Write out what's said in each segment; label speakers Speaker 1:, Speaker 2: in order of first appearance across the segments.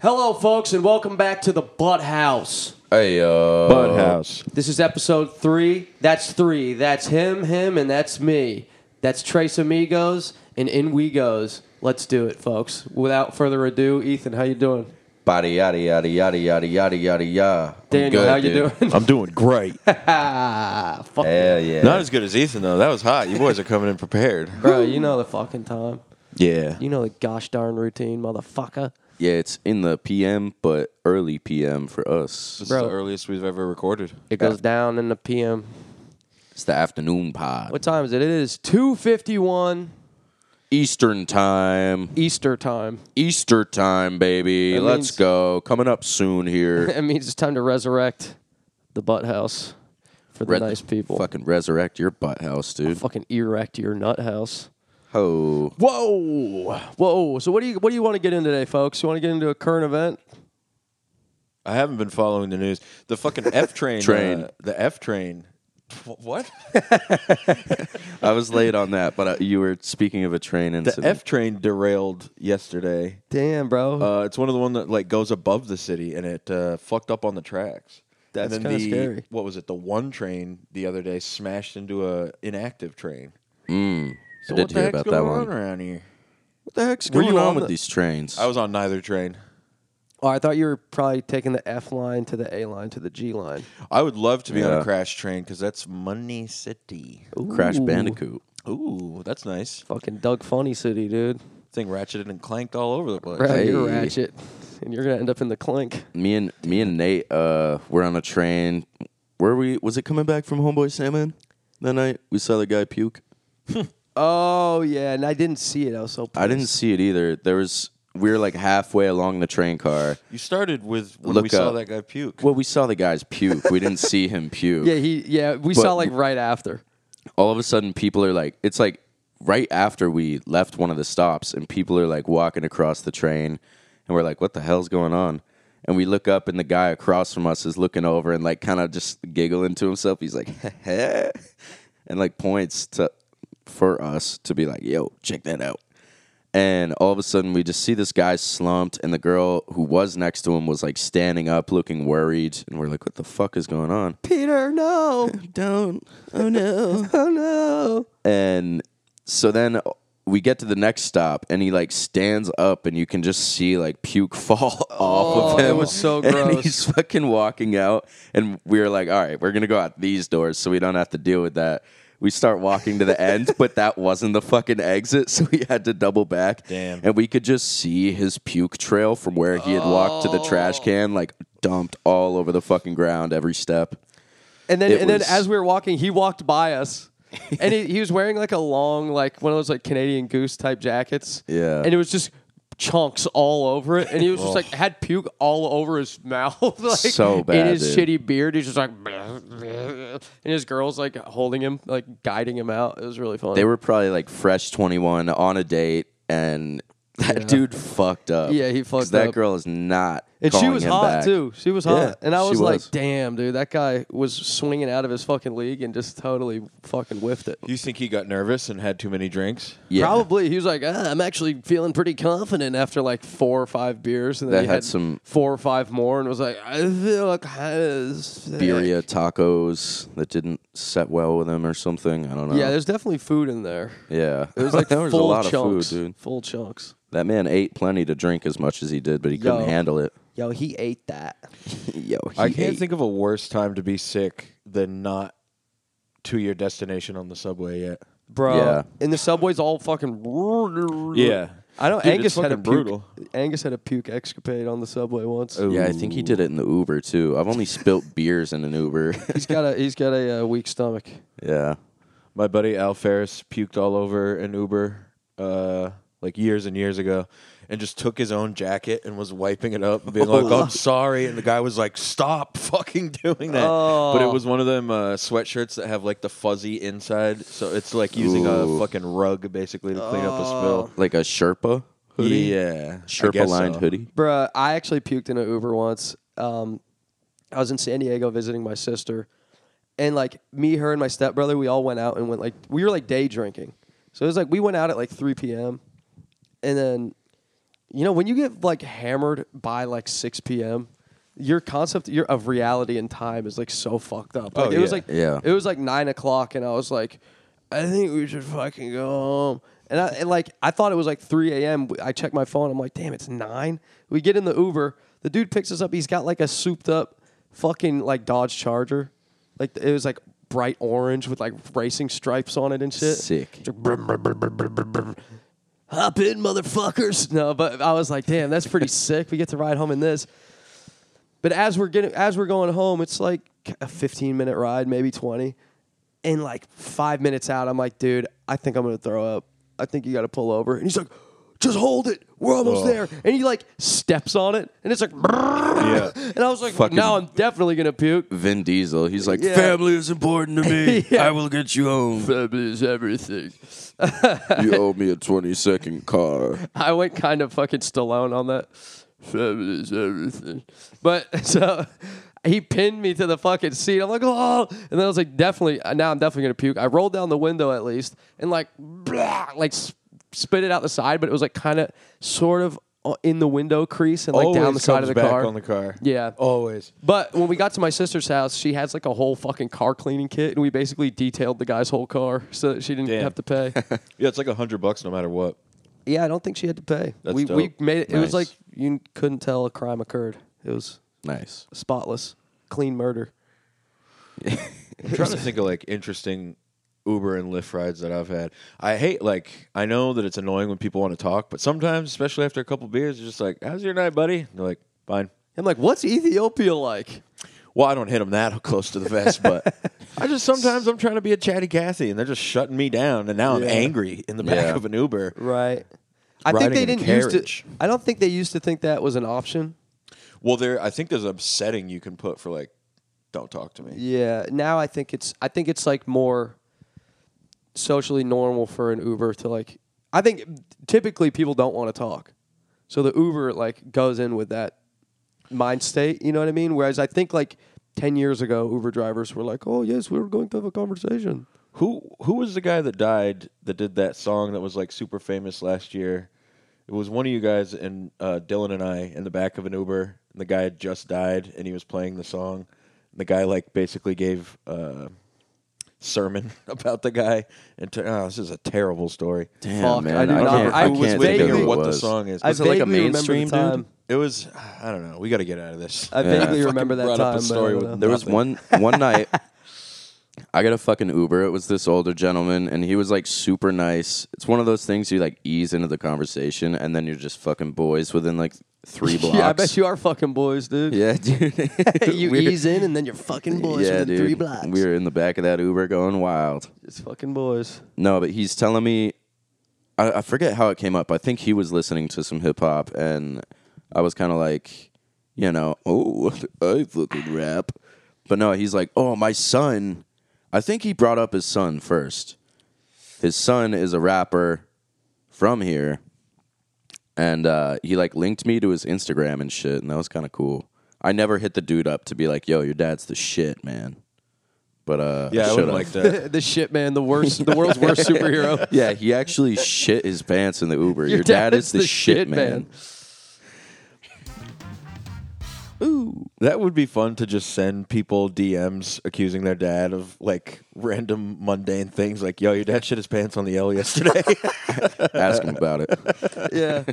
Speaker 1: Hello, folks, and welcome back to the Butt House.
Speaker 2: Hey, uh,
Speaker 3: Bud House.
Speaker 1: This is episode three. That's three. That's him, him, and that's me. That's Trace Amigos, and in we goes. Let's do it, folks. Without further ado, Ethan, how you doing?
Speaker 2: body yada yada yada yada yada yada yada.
Speaker 1: Daniel, how you doing?
Speaker 3: I'm doing great.
Speaker 1: ah, fuck,
Speaker 2: Hell yeah.
Speaker 3: Not as good as Ethan though. That was hot. You boys are coming in prepared.
Speaker 1: bro. You know the fucking time.
Speaker 3: Yeah.
Speaker 1: You know the gosh darn routine, motherfucker.
Speaker 2: yeah, it's in the PM, but early PM for us.
Speaker 3: This
Speaker 1: Bro.
Speaker 3: is the earliest we've ever recorded.
Speaker 1: It goes down in the PM.
Speaker 2: It's the afternoon pod.
Speaker 1: What time is it? It is two fifty one
Speaker 2: Eastern time.
Speaker 1: Easter time.
Speaker 2: Easter time, baby.
Speaker 1: That
Speaker 2: Let's
Speaker 1: means-
Speaker 2: go. Coming up soon here.
Speaker 1: It means it's time to resurrect the butt house for the
Speaker 2: Red-
Speaker 1: nice people.
Speaker 2: Fucking resurrect your butt house, dude.
Speaker 1: Fucking erect your nut house.
Speaker 2: Ho.
Speaker 1: Whoa, whoa! So what do you what do you want to get in today, folks? You want to get into a current event?
Speaker 3: I haven't been following the news. The fucking F train.
Speaker 2: Train.
Speaker 3: uh, the F train. Wh- What?
Speaker 2: I was late on that, but uh, you were speaking of a train
Speaker 3: The
Speaker 2: incident.
Speaker 3: F train derailed yesterday.
Speaker 1: Damn, bro.
Speaker 3: Uh, it's one of the one that like goes above the city and it uh, fucked up on the tracks.
Speaker 1: That's
Speaker 3: And then
Speaker 1: kinda
Speaker 3: the-
Speaker 1: scary.
Speaker 3: What was it? The one train the other day smashed into a inactive train. So
Speaker 2: I did
Speaker 3: what the
Speaker 2: hear
Speaker 3: heck's
Speaker 2: about that
Speaker 3: going
Speaker 2: one.
Speaker 3: on around here?
Speaker 2: what the heck's
Speaker 3: Were
Speaker 2: going
Speaker 3: you
Speaker 2: on
Speaker 3: on
Speaker 2: with
Speaker 3: the-
Speaker 2: these trains?
Speaker 3: I was on neither train.
Speaker 1: oh, I thought you were probably taking the F line to the A line to the G line.
Speaker 3: I would love to be on
Speaker 2: Yeah.
Speaker 3: a crash train because that's Money City.
Speaker 2: Crash
Speaker 1: Ooh.
Speaker 2: Bandicoot.
Speaker 3: Ooh, that's nice.
Speaker 1: Fucking Doug Funny City, dude.
Speaker 3: Thing ratcheted and clanked all over the place.
Speaker 1: Bro, you're
Speaker 2: Hey.
Speaker 1: ratchet, and you're gonna end up in the clink.
Speaker 2: me and me and Nate uh were on a train. Were we was it coming back from Homeboy Salmon that night? We saw the guy puke.
Speaker 1: Oh yeah, and I didn't see it. I was so
Speaker 2: I didn't see it either. There was we were like halfway along the train car.
Speaker 3: You started with when
Speaker 2: Look
Speaker 3: we saw
Speaker 2: up.
Speaker 3: that guy puke.
Speaker 2: Well, we saw the guy's puke. We didn't see him puke.
Speaker 1: Yeah, he. Yeah, we
Speaker 2: But-
Speaker 1: saw like right after.
Speaker 2: All of a sudden people are like it's like right after we left one of the stops and people are like walking across the train and we're like what the hell's going on? And we look up and the guy across from us is looking over and like kind of just giggling to himself. He's like and like points to for us to be like, yo, check that out. And all of a sudden we just see this guy slumped and the girl who was next to him was like standing up looking worried and we're like, What the fuck is going on?
Speaker 1: Peter, no,
Speaker 2: Don't oh no.
Speaker 1: oh no.
Speaker 2: and so then we get to the next stop and he like stands up and you can just see like puke fall off
Speaker 1: Oh,
Speaker 2: of him
Speaker 1: it was so
Speaker 2: and
Speaker 1: gross.
Speaker 2: he's fucking walking out and we were like all right we're gonna go out these doors so we don't have to deal with that we start walking to the end but that wasn't the fucking exit so we had to double back
Speaker 3: Damn.
Speaker 2: and we could just see his puke trail from where he had walked to the trash
Speaker 1: Oh.
Speaker 2: can like dumped all over the fucking ground every step
Speaker 1: And then,
Speaker 2: It
Speaker 1: and then
Speaker 2: was-
Speaker 1: as we were walking, he walked by us, and he, he was wearing like a long, like one of those like Canadian Goose type jackets.
Speaker 2: Yeah. Oh.
Speaker 1: and it was just chunks all over it, and he was just like had puke all over his mouth, like
Speaker 2: So
Speaker 1: in
Speaker 2: bad,
Speaker 1: his
Speaker 2: dude.
Speaker 1: shitty beard. He's just like, and his girls like holding him, like guiding him out. It was really funny.
Speaker 2: They were probably like fresh 21 on a date, and that dude fucked up.
Speaker 1: Yeah, he
Speaker 2: 'Cause
Speaker 1: fucked
Speaker 2: that
Speaker 1: up.
Speaker 2: girl is not.
Speaker 1: and she
Speaker 2: calling
Speaker 1: was
Speaker 2: him
Speaker 1: hot
Speaker 2: back.
Speaker 1: too. She was hot,
Speaker 2: Yeah,
Speaker 1: and I
Speaker 2: she
Speaker 1: was, like,
Speaker 2: was.
Speaker 1: "Damn, dude, that guy was swinging out of his fucking league and just totally fucking whiffed it."
Speaker 3: you think he got nervous and had too many drinks?
Speaker 2: Yeah.
Speaker 1: Probably. He was like, ah, I'm actually feeling pretty confident after like four or five beers. And then he
Speaker 2: That had some-
Speaker 1: four or five more and was like, I feel like I was sick."
Speaker 2: Birria tacos that didn't set well with him or something. I don't know.
Speaker 1: Yeah, there's definitely food in there.
Speaker 2: yeah.
Speaker 1: It was like
Speaker 2: there was
Speaker 1: full
Speaker 2: a lot
Speaker 1: chunks,
Speaker 2: of food, dude.
Speaker 1: Full chunks.
Speaker 2: That man ate plenty to drink as much as he did, but he couldn't
Speaker 1: Yo.
Speaker 2: handle it.
Speaker 1: Yo, he ate that.
Speaker 2: Yo, he
Speaker 3: I can't
Speaker 2: ate.
Speaker 3: think of a worse time to be sick than not to your destination on the subway yet.
Speaker 1: Bro.
Speaker 2: Yeah.
Speaker 1: And the subway's all fucking I know
Speaker 3: Dude, it's
Speaker 1: Angus had a
Speaker 3: fucking
Speaker 1: puke,
Speaker 3: brutal.
Speaker 1: Angus had a puke escapade on the subway once.
Speaker 2: Yeah, I think he did it in the Uber too. I've only spilt beers in an Uber.
Speaker 1: He's got a he's got a uh, weak stomach.
Speaker 2: yeah.
Speaker 3: My buddy Al Ferris puked all over an Uber uh, like years and years ago and just took his own jacket and was wiping it up and being like,
Speaker 1: Oh.
Speaker 3: I'm sorry. And the guy was like, stop fucking doing that. But it
Speaker 1: Oh.
Speaker 3: was one of them uh, sweatshirts that have like the fuzzy inside. So it's like using
Speaker 2: Ooh.
Speaker 3: a fucking rug basically to clean up a
Speaker 1: Oh.
Speaker 3: spill.
Speaker 2: Like a Sherpa hoodie.
Speaker 3: Yeah. I
Speaker 2: Sherpa
Speaker 3: guess
Speaker 2: lined
Speaker 3: so.
Speaker 2: hoodie.
Speaker 1: Bruh, I actually puked in an Uber once. Um, I was in San Diego visiting my sister, and like me, her, and my stepbrother, we all went out and went like we were like day drinking. So it was like we went out at like 3 p.m. and then you know, when you get like hammered by like 6 p.m., your concept your, of reality and time is like so fucked up. Like,
Speaker 3: Oh,
Speaker 1: it was
Speaker 3: yeah.
Speaker 1: like
Speaker 2: Yeah.
Speaker 1: it was like nine o'clock, and I was like, I think we should fucking go home. And I and like I thought it was like 3 a.m. I checked my phone. I'm like, damn, it's nine. We get in the Uber. The dude picks us up. He's got like a souped up fucking like Dodge Charger. Like it was like bright orange with like racing stripes on it and shit.
Speaker 2: Sick.
Speaker 1: Hop in, motherfuckers. No, but I was like, damn, that's pretty sick. We get to ride home in this. But as we're getting, as we're going home, it's like a 15 minute ride, maybe 20. And like five minutes out, I'm like, dude, I think I'm gonna throw up. I think you gotta pull over. And he's like, just hold it. We're almost
Speaker 3: Oh.
Speaker 1: there. And he like steps on it, and it's like,
Speaker 3: Yeah.
Speaker 1: and I was like,
Speaker 2: Fucking-
Speaker 1: now I'm definitely gonna puke.
Speaker 2: Vin Diesel, he's like,
Speaker 1: Yeah.
Speaker 2: family is important to me.
Speaker 1: Yeah.
Speaker 2: I will get you home.
Speaker 1: Family is everything.
Speaker 2: You owe me a 20 second car.
Speaker 1: I went kind of fucking Stallone on that. Family is everything. But so he pinned me to the fucking seat. I'm like, oh, and then I was like, definitely. uh, Now I'm definitely gonna puke. I rolled down the window at least and like, blah, like s- spit it out the side, but it was like kind of sort of uh, in the window crease and like down the
Speaker 3: Always
Speaker 1: side
Speaker 3: comes
Speaker 1: of the
Speaker 3: back
Speaker 1: car.
Speaker 3: on the car.
Speaker 1: Yeah.
Speaker 3: Always.
Speaker 1: But when we got to my sister's house, she has like a whole fucking car cleaning kit, and we basically detailed the guy's whole car so that she didn't
Speaker 3: Damn.
Speaker 1: have to pay.
Speaker 3: Yeah, it's like a hundred bucks no matter what.
Speaker 1: Yeah, I don't think she had to pay.
Speaker 3: That's
Speaker 1: we we
Speaker 3: dope.
Speaker 1: made it. It was
Speaker 2: Nice.
Speaker 1: like you couldn't tell a crime occurred. It was
Speaker 2: Nice.
Speaker 1: spotless, clean murder.
Speaker 3: I'm trying to think of like interesting Uber and Lyft rides that I've had. I hate like I know that it's annoying when people want to talk, but sometimes, especially after a couple beers, you're just like, "How's your night, buddy?" And they're like, "Fine."
Speaker 1: I'm like, what's Ethiopia like?
Speaker 3: Well, I don't hit them that close to the vest, but I just sometimes I'm trying to be a chatty Cathy, and they're just shutting me down, and now
Speaker 1: Yeah.
Speaker 3: I'm angry in the back
Speaker 2: Yeah.
Speaker 3: of an Uber.
Speaker 1: Right. I think
Speaker 3: Riding
Speaker 1: they
Speaker 3: in a
Speaker 1: didn't used
Speaker 3: carriage.
Speaker 1: to. I don't think they used to think that was an option.
Speaker 3: Well, there I think there's a setting you can put for like, "Don't talk to me."
Speaker 1: Yeah. Now I think it's. I think it's like more socially normal for an Uber to like. I think typically people don't want to talk, so the Uber like goes in with that mind state. You know what I mean? Whereas I think like ten years ago, Uber drivers were like, "Oh yes, we were going to have a conversation."
Speaker 3: Who who was the guy that died that did that song that was like super famous last year? It was one of you guys and uh, Dylan and I in the back of an Uber, and the guy had just died, and he was playing the song. And the guy like basically gave a sermon about the guy, and t- oh, this is a terrible story.
Speaker 2: Damn,
Speaker 1: Fuck,
Speaker 2: man.
Speaker 1: I do
Speaker 2: can't,
Speaker 1: not-
Speaker 2: I,
Speaker 1: I
Speaker 2: can't
Speaker 1: was
Speaker 2: think of
Speaker 1: vaguely-
Speaker 2: who it
Speaker 3: what the
Speaker 2: was.
Speaker 3: song is.
Speaker 1: I
Speaker 2: Was it like a
Speaker 1: vaguely remember the
Speaker 2: mainstream dude?
Speaker 1: time.
Speaker 3: It was I don't know. We got to get out of this.
Speaker 1: I
Speaker 2: Yeah.
Speaker 1: vaguely
Speaker 3: Fucking
Speaker 1: remember that
Speaker 3: brought
Speaker 1: time.
Speaker 3: up a story
Speaker 1: but I don't
Speaker 3: with
Speaker 1: know.
Speaker 2: There was one one night I got a fucking Uber. It was this older gentleman and he was like super nice. It's one of those things you like ease into the conversation and then you're just fucking boys within like three blocks.
Speaker 1: Yeah, I bet you are fucking boys, dude.
Speaker 2: Yeah, dude.
Speaker 1: you
Speaker 2: We were-
Speaker 1: ease in and then you're fucking boys
Speaker 2: yeah,
Speaker 1: within
Speaker 2: dude.
Speaker 1: three blocks.
Speaker 2: We were in the back of that Uber going wild.
Speaker 1: It's fucking boys.
Speaker 2: No, but he's telling me. I, I forget how it came up. I think he was listening to some hip hop, and I was kind of like, you know, oh, I fucking rap. But no, he's like, oh, my son. I think he brought up his son first. His son is a rapper from here, and uh, he like linked me to his Instagram and shit, and that was kind of cool. I never hit the dude up to be like, yo, your dad's the shit, man. But uh,
Speaker 3: yeah, I
Speaker 2: should
Speaker 3: would
Speaker 2: have.
Speaker 3: like that.
Speaker 1: the shit man, the worst, the world's worst superhero.
Speaker 2: Yeah, he actually shit his pants in the Uber. Your, dad, is the, shit, man.
Speaker 3: That would be fun to just send people DMs accusing their dad of like random mundane things like, yo, your dad shit his pants on the L yesterday.
Speaker 2: Ask him about it.
Speaker 1: Yeah.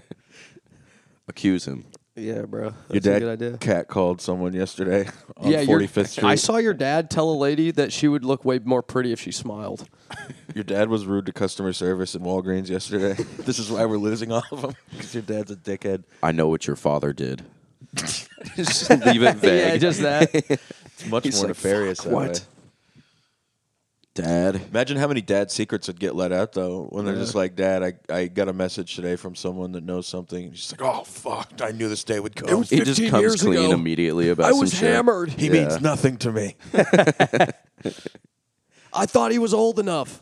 Speaker 2: Accuse him.
Speaker 1: Yeah, bro. That's
Speaker 3: your dad
Speaker 1: a good idea.
Speaker 3: cat called someone yesterday on
Speaker 1: your-
Speaker 3: 45th Street.
Speaker 1: I saw your dad tell a lady that she would look way more pretty if she smiled.
Speaker 3: your dad was rude to customer service in Walgreens yesterday. this is why we're losing all of them because your dad's a dickhead.
Speaker 2: I know what your father did. just leave it vague.
Speaker 1: Yeah, just that.
Speaker 3: It's much
Speaker 2: He's
Speaker 3: more
Speaker 2: like,
Speaker 3: nefarious.
Speaker 2: "Fuck,
Speaker 3: that
Speaker 2: what?
Speaker 3: way.
Speaker 2: Dad.
Speaker 3: Imagine how many dad secrets would get let out though when they're just like, Dad, I, I got a message today from someone that knows something. And she's like, Oh fuck, I knew this day would come.
Speaker 2: He just comes clean immediately about
Speaker 1: I was
Speaker 2: some shit.
Speaker 1: hammered.
Speaker 3: He
Speaker 2: Yeah.
Speaker 3: means nothing to me.
Speaker 1: I thought he was old enough.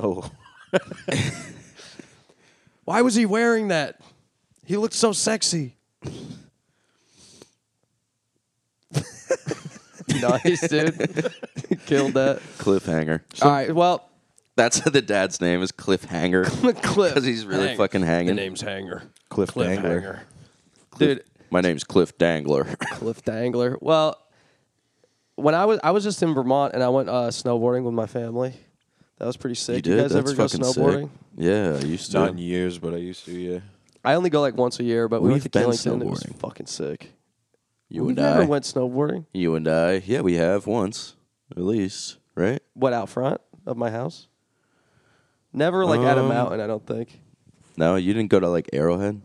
Speaker 3: oh.
Speaker 1: Why was he wearing that? He looked so sexy. nice, dude. Killed that.
Speaker 2: Cliffhanger.
Speaker 1: All right. Well,
Speaker 2: That's the dad's name is Cliffhanger.
Speaker 1: Cliff.
Speaker 2: Because he's really
Speaker 1: Hanger.
Speaker 2: fucking hanging.
Speaker 1: The name's Hanger.
Speaker 3: Cliff Dangler.
Speaker 1: Cliffhanger. dude.
Speaker 2: My name's Cliff Dangler.
Speaker 1: Cliff Dangler. Well, when I was I was just in Vermont and I went uh, snowboarding with my family. That was pretty sick. guys ever go snowboarding?
Speaker 2: Yeah, I used to.
Speaker 3: Not in years, but I used to. Yeah.
Speaker 1: I only go like once a year, but we went to
Speaker 2: We've been
Speaker 1: Killington. It was
Speaker 2: snowboarding.
Speaker 1: fucking sick.
Speaker 2: you
Speaker 1: we
Speaker 2: and
Speaker 1: never
Speaker 2: I.
Speaker 1: went snowboarding.
Speaker 2: You and I. Yeah, we have once at least, right?
Speaker 1: What out front of my house? Never like at a
Speaker 2: Um,
Speaker 1: mountain. I don't think.
Speaker 2: No, you didn't go to like Arrowhead.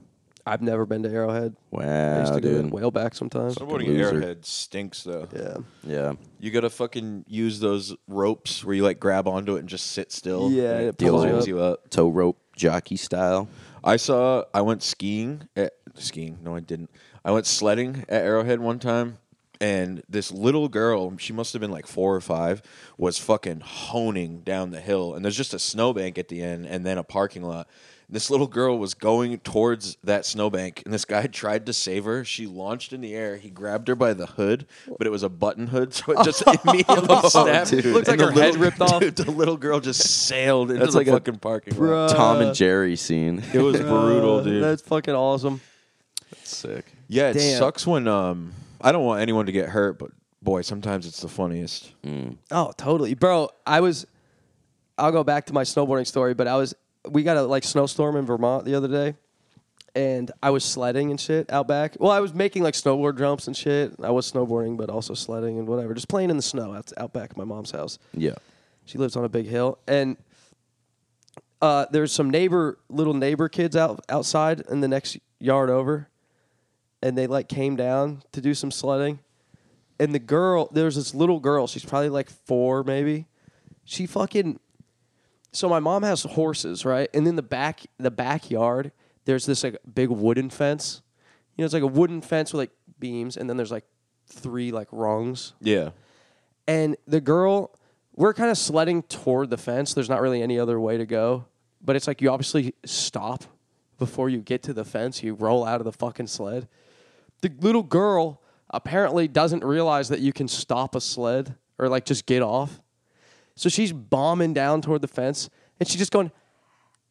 Speaker 1: I've never been to Arrowhead. I used
Speaker 2: Wow,
Speaker 1: to go
Speaker 2: dude.
Speaker 1: to whale back sometimes.
Speaker 3: Snowboarding
Speaker 2: loser.
Speaker 3: airhead stinks though.
Speaker 1: Yeah.
Speaker 2: Yeah,
Speaker 3: You gotta fucking use those ropes where you like grab onto it and just sit still.
Speaker 1: Yeah,
Speaker 3: and
Speaker 1: it
Speaker 3: it
Speaker 1: pulls
Speaker 2: you
Speaker 3: pulls
Speaker 2: up.
Speaker 3: you up.
Speaker 2: tow rope jockey style.
Speaker 3: I saw. I went skiing. At, skiing? No, I didn't. I went sledding at Arrowhead one time, and this little girl, she must have been like four or five, was fucking honing down the hill. And there's just a snowbank at the end, and then a parking lot. This little girl was going towards that snowbank, and this guy tried to save her. She launched in the air. He grabbed her by the hood, but it was a button hood, so it just immediately snapped.
Speaker 1: Oh, dude. Looks like
Speaker 3: and the
Speaker 1: her head
Speaker 3: little-
Speaker 1: ripped off.
Speaker 3: Dude, the little girl just sailed into
Speaker 2: That's
Speaker 3: the
Speaker 2: like a-
Speaker 3: fucking parking lot.
Speaker 2: Tom and Jerry scene.
Speaker 3: It was brutal,
Speaker 1: Uh,
Speaker 3: dude.
Speaker 1: That's fucking awesome.
Speaker 2: sick.
Speaker 3: Yeah, it
Speaker 1: Damn.
Speaker 3: sucks when um I don't want anyone to get hurt, but boy, sometimes it's the funniest.
Speaker 1: Oh, totally, bro. I was. I'll go back to my snowboarding story, but I was. We got a like snowstorm in Vermont the other day, and I was sledding and shit out back. Well, I was making like snowboard jumps and shit. I was snowboarding, but also sledding and whatever, just playing in the snow out out back at my mom's house.
Speaker 2: Yeah.
Speaker 1: She lives on a big hill, and uh, there's some neighbor little neighbor kids out outside in the next yard over, and they like came down to do some sledding, and the girl there's this little girl she's probably like four maybe, she fucking. So my mom has horses, right? And then the back the backyard there's this like big wooden fence, you know it's like a wooden fence with like beams, and then there's like three like rungs
Speaker 3: Yeah.
Speaker 1: and the girl we're kind of sledding toward the fence there's not really any other way to go but it's like you obviously stop before you get to the fence you roll out of the fucking sled the little girl apparently doesn't realize that you can stop a sled or like just get off so she's bombing down toward the fence and she's just going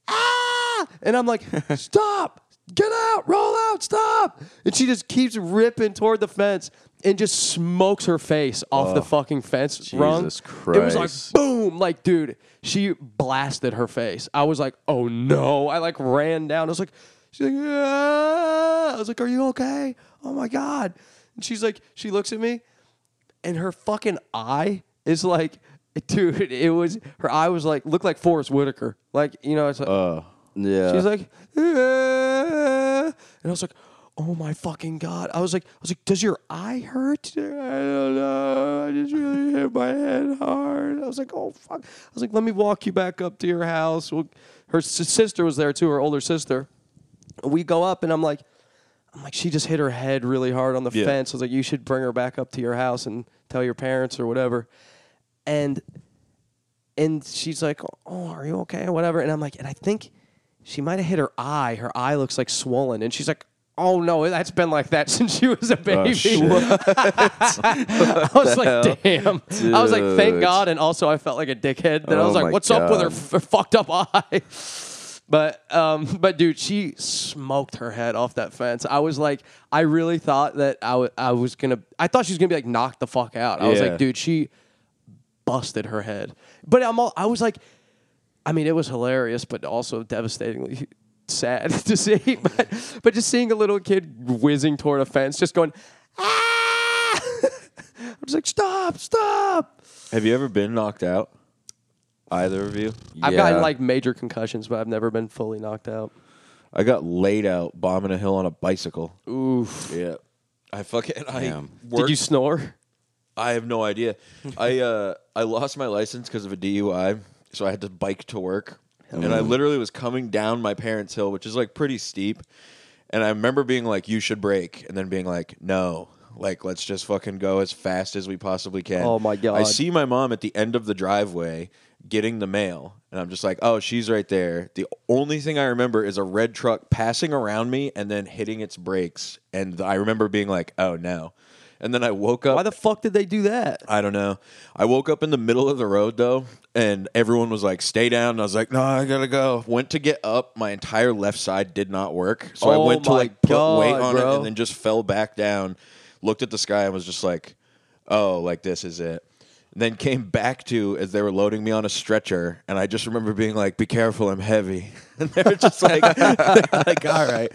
Speaker 1: ah! And I'm like, stop, get out, roll out, stop. And she just keeps ripping toward the fence and just smokes her face off the fucking fence rung.
Speaker 2: Oh, Jesus
Speaker 1: It was
Speaker 2: Christ.
Speaker 1: like, boom, like, dude, she blasted her face. I was like, oh no. I like ran down. I was like, she's like, ah. I was like, are you okay? Oh my God. And she's like, she looks at me and her fucking eye is like, dude, it was, her eye was like, looked like Forrest Whitaker. Like, you know, it's like,
Speaker 2: Yeah.
Speaker 1: She's like, "Ah." and I was like, oh my fucking god. I was like, I was like, does your eye hurt? I don't know. I just really hit my head hard. I was like, oh fuck. I was like, let me walk you back up to your house. Well, her s- sister was there too, her older sister. We go up, and I'm like, I'm like, she just hit her head really hard on the
Speaker 3: Yeah.
Speaker 1: fence. I was like, you should bring her back up to your house and tell your parents or whatever. And and she's like, "Oh, are you okay?" or whatever. And I'm like, and I think she might have hit her eye. Her eye looks like swollen, and she's like, "Oh no, that's been like that since she was a baby."
Speaker 2: Oh, shit.
Speaker 1: I was like, "Damn!" I was like, "Thank
Speaker 2: Dude.
Speaker 1: God," and also I felt like a dickhead. Then I
Speaker 2: Oh
Speaker 1: was like,
Speaker 2: my
Speaker 1: "What's up with her
Speaker 2: God.
Speaker 1: f- fucked up eye?" But um, but dude, she smoked her head off that fence. I was like, I really thought that I wa- I was gonna. I thought she was gonna be like knocked the fuck out. I was
Speaker 3: Yeah.
Speaker 1: like, dude, she busted her head. But I'm all, I was like, I mean, it was hilarious, but also devastatingly sad to see. But, but just seeing a little kid whizzing toward a fence, just going, ah! I'm just like, stop, stop.
Speaker 3: Have you ever been knocked out? Either of you?
Speaker 1: I've gotten
Speaker 2: Yeah.
Speaker 1: like major concussions, but I've never been fully knocked out.
Speaker 3: I got laid out bombing a hill on a bicycle. Oof. Yeah. I fucking I
Speaker 2: Damn.
Speaker 1: Did
Speaker 3: worked-
Speaker 1: you snore?
Speaker 3: I have no idea. I uh I lost my license because of a DUI, so I had to bike to work. And I literally was coming down my parents' hill, which is like pretty steep. And I remember being like, "You should brake," and then being like, "No, like let's just fucking go as fast as we possibly can."
Speaker 1: Oh, my God.
Speaker 3: I see my mom at the end of the driveway getting the mail, and I'm just like, "Oh, she's right there." The only thing I remember is a red truck passing around me and then hitting its brakes, and I remember being like, "Oh no." And then I woke up.
Speaker 1: Why the fuck did they do that?
Speaker 3: I don't know. I woke up in the middle of the road though, and everyone was like, "Stay down." And I was like, "No, I gotta go." Went to get up, my entire left side did not work, so I
Speaker 1: Oh
Speaker 3: went to
Speaker 1: my
Speaker 3: like put weight
Speaker 1: God,
Speaker 3: on it,
Speaker 1: bro.
Speaker 3: and then just fell back down. Looked at the sky and was just like, "Oh, like this is it." And then came back to as they were loading me on a stretcher, and I just remember being like, "Be careful, I'm heavy." And they were just like, "Like all right."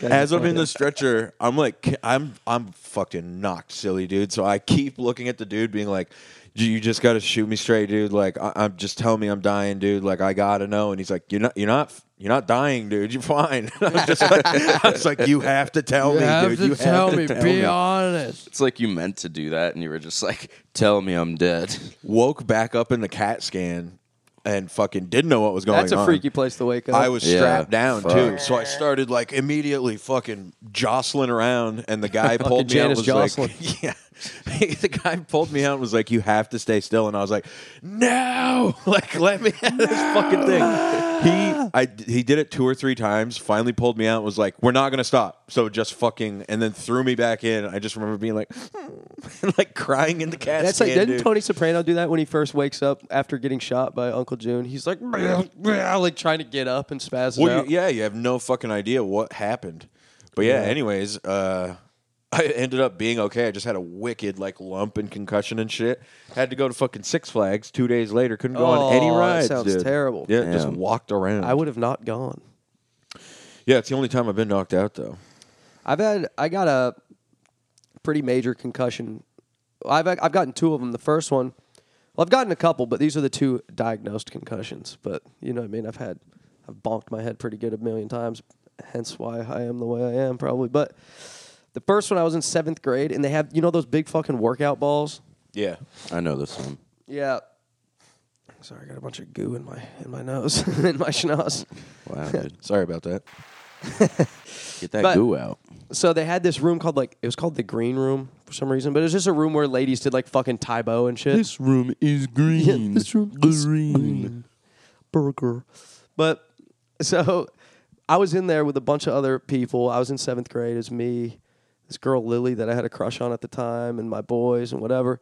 Speaker 3: As I'm in the stretcher, I'm like, I'm I'm fucking knocked silly, dude. So I keep looking at the dude, being like, "You- "You just got to shoot me straight, dude. Like I, I'm just tell me I'm dying, dude. Like I gotta know." And he's like, "You're not, you're not, you're not dying, dude. You're fine." I was just like, I was like, "You have to tell me, dude. you have to tell me."
Speaker 1: honest.
Speaker 2: It's like you meant to do that, and you were just like, "Tell me I'm dead."
Speaker 3: Woke back up in the CAT scan, and fucking didn't know what was going on.
Speaker 1: That's a freaky place to wake up.
Speaker 3: I was
Speaker 2: Yeah,
Speaker 3: strapped down
Speaker 2: fuck.
Speaker 3: too, so I started like immediately fucking jostling around, and the guy pulled me
Speaker 1: Janice
Speaker 3: out. And was
Speaker 1: Jocelyn.
Speaker 3: like, yeah, the guy pulled me out and was like, "You have to stay still," and I was like, "No, like let me out of this fucking thing." He, I, he did it two or three times. Finally pulled me out and was like, "We're not gonna stop." So just fucking, and then threw me back in. I just remember being like, and like crying in the cat.
Speaker 1: That's like, didn't
Speaker 3: dude.
Speaker 1: Tony Soprano do that when he first wakes up after getting shot by Uncle June? He's like, like trying to get up and spasm
Speaker 3: Well,
Speaker 1: out.
Speaker 3: you, yeah, you have no fucking idea what happened. But yeah, anyways, uh, I ended up being okay. I just had a wicked like lump and concussion and shit. Had to go to fucking Six Flags two days later. Couldn't go on any
Speaker 1: Oh, that
Speaker 3: rides.
Speaker 1: sounds
Speaker 3: dude.
Speaker 1: terrible.
Speaker 3: Yeah, just
Speaker 2: Damn.
Speaker 3: walked around.
Speaker 1: I would have not gone.
Speaker 3: yeah, it's the only time I've been knocked out though.
Speaker 1: I've had I got a pretty major concussion. I've I've gotten two of them. The first one, well, I've gotten a couple, but these are the two diagnosed concussions. But you know what I mean. I've had I've bonked my head pretty good a million times, hence why I am the way I am probably. But the first one I was in seventh grade, and they have you know those big fucking workout balls.
Speaker 3: Yeah,
Speaker 2: I know this one.
Speaker 1: Yeah. Sorry, I got a bunch of goo in my in my nose in my schnoz.
Speaker 2: Wow, dude,
Speaker 3: sorry about that.
Speaker 2: get that
Speaker 1: But-
Speaker 2: goo out.
Speaker 1: so they had this room called like it was called the green room for some reason, but it was just a room where ladies did like fucking Taibo and shit.
Speaker 2: room is green.
Speaker 1: this room is green. burger. But so I was in there with a bunch of other people. I was in seventh grade. It was me, this girl Lily that I had a crush on at the time, and my boys and whatever.